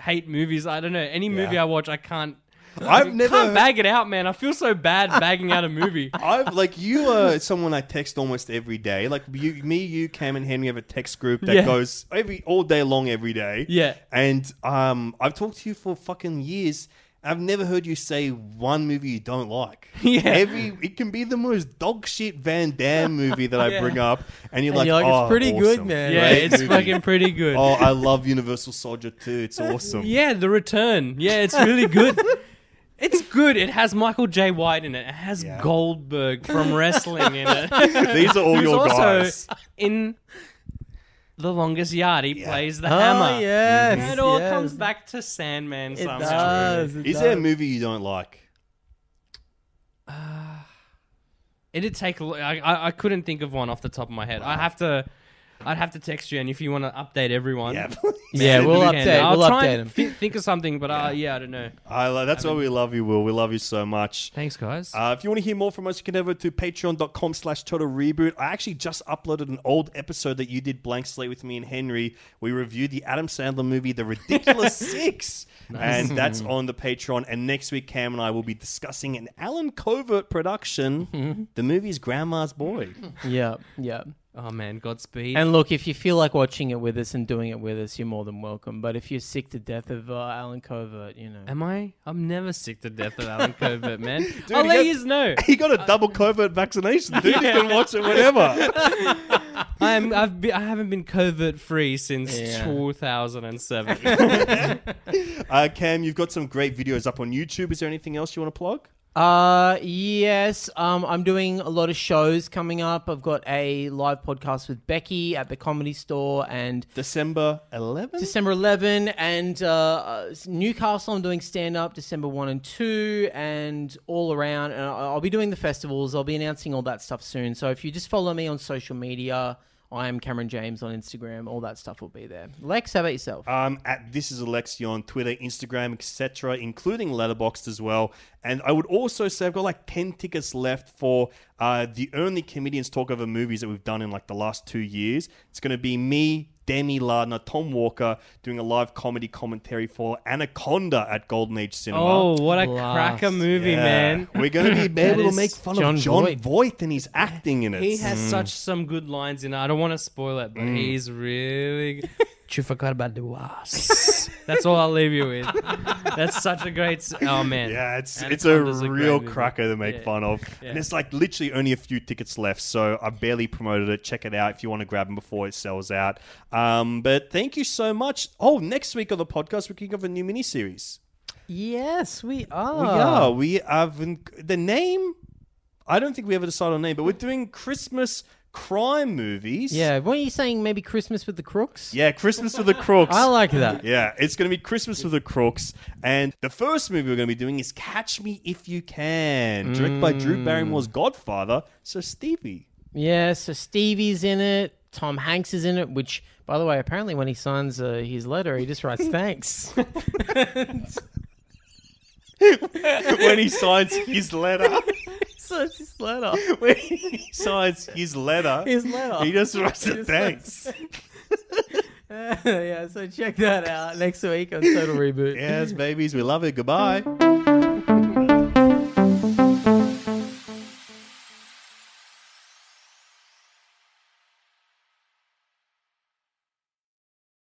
S6: hate movies. I don't know any movie I watch, I can't
S4: I've never.
S6: can't bag it out, man. I feel so bad bagging out a movie.
S4: I've like you are someone I text almost every day. Like you, me, you, Cam, and Henry have a text group that
S6: Yeah.
S4: goes every all day long, every day.
S6: Yeah.
S4: And um, I've talked to you for fucking years. I've never heard you say one movie you don't like.
S6: Yeah.
S4: Every it can be the most dog shit Van Damme movie that I bring up, and you're,
S3: And
S4: like,
S3: you're like, it's
S4: "Oh,
S3: pretty good,
S4: awesome.
S3: man."
S6: Yeah,
S4: Great
S6: it's
S4: movie."
S6: fucking pretty good.
S4: Oh, I love Universal Soldier too. It's awesome.
S6: Yeah, The Return. Yeah, it's really good. It's good. It has Michael J. White in it. It has
S4: Yeah.
S6: Goldberg from wrestling in it.
S4: These are all
S6: Who's
S4: your
S6: also
S4: guys.
S6: in The Longest Yard. He plays the
S3: Oh,
S6: hammer.
S3: yes,
S6: It all
S3: yes.
S6: comes back to Sandman
S3: It
S6: somehow.
S3: does. it
S4: Is there a
S3: does.
S4: movie you don't like?
S6: It'd take. a lo- I, I I couldn't think of one off the top of my head. I have to. I'd have to text you, and if you want to update everyone,
S4: Yeah,
S3: Yeah, we'll
S6: you
S3: update.
S6: can. I'll
S3: we'll
S6: try
S3: update
S6: and
S3: him.
S6: thi- think of something, but uh, yeah, I don't know.
S4: I love, that's why we love you, Will. We love you so much.
S6: Thanks, guys.
S4: Uh, if you want to hear more from us, you can head over to patreon.com slash total reboot. I actually just uploaded an old episode that you did blank slate with me and Henry. We reviewed the Adam Sandler movie, The Ridiculous Six. And that's on the Patreon. And next week, Cam and I will be discussing an Alan Covert production. the movie's Grandma's Boy.
S3: Yeah, yeah.
S6: oh man, Godspeed.
S3: And look, if you feel like watching it with us and doing it with us, you're more than welcome. But if you're sick to death of uh, Alan Covert, you know.
S6: Am I? I'm never sick to death of Alan Covert, man.
S4: Dude,
S6: I'll
S4: you
S6: let
S4: got-
S6: you know.
S4: He got a double covert vaccination, dude. You can watch it whenever.
S6: I'm. I've. Be, I haven't been covert free since
S3: Yeah.
S6: 2007.
S4: Uh, Cam, you've got some great videos up on YouTube. Is there anything else you want to plug?
S3: Uh, yes. Um, I'm doing a lot of shows coming up. I've got a live podcast with Becky at the Comedy Store and
S4: December 11th?
S3: December 11 and uh, uh, Newcastle. I'm doing stand up December 1 and 2 and all around. And I- I'll be doing the festivals. I'll be announcing all that stuff soon. So if you just follow me on social media, I am Cameron James on Instagram. All that stuff will be there. Lex, how about yourself?
S4: um, at this is Alexi on Twitter, Instagram, etc., including Letterboxd as well. And I would also say I've got like ten tickets left for uh, the only comedians talk over movies that we've done in like the last two years. It's going to be me. Demi Lardner, Tom Walker doing a live comedy commentary for Anaconda at Golden Age Cinema.
S6: oh, what a
S3: Blast.
S6: cracker movie,
S4: Yeah.
S6: man.
S4: We're going to be able to
S6: is
S4: make fun
S3: John
S4: of John Voight.
S3: Voight.
S4: and his acting in it.
S6: He has such some good lines in it. I don't want to spoil it, but
S4: Mm.
S6: he's really. g- You forgot about the was. That's all I'll leave you with. That's such a great. s- Oh man.
S4: Yeah, it's
S6: And
S4: it's a
S6: Thunder's great
S4: real
S6: movie.
S4: cracker to make
S6: Yeah.
S4: fun of, and it's like literally only a few tickets left, so I barely promoted it. Check it out if you want to grab them before it sells out. Um, but thank you so much. Oh, next week on the podcast we're kicking off a new miniseries.
S3: Yes, we are.
S4: We are. We have the name. I don't think we ever decided on a name, but we're doing Christmas crime movies.
S3: Yeah, weren't you saying maybe Christmas with the Crooks?
S4: yeah, Christmas with the Crooks.
S3: I like that.
S4: Yeah, it's going to be Christmas with the Crooks. And the first movie we're going to be doing is Catch Me If You Can, directed by Drew Barrymore's godfather, Sir Stevie.
S3: Yeah, so Stevie's in it. Tom Hanks is in it, which, by the way, apparently when he signs uh, his letter, he just writes thanks.
S4: when he signs his letter,
S3: so it's his letter.
S4: when he signs his letter,
S3: His letter.
S4: he just writes a
S3: just
S4: thanks.
S3: yeah, so check that out next week on Total Reboot.
S4: yes, babies, we love it. Goodbye.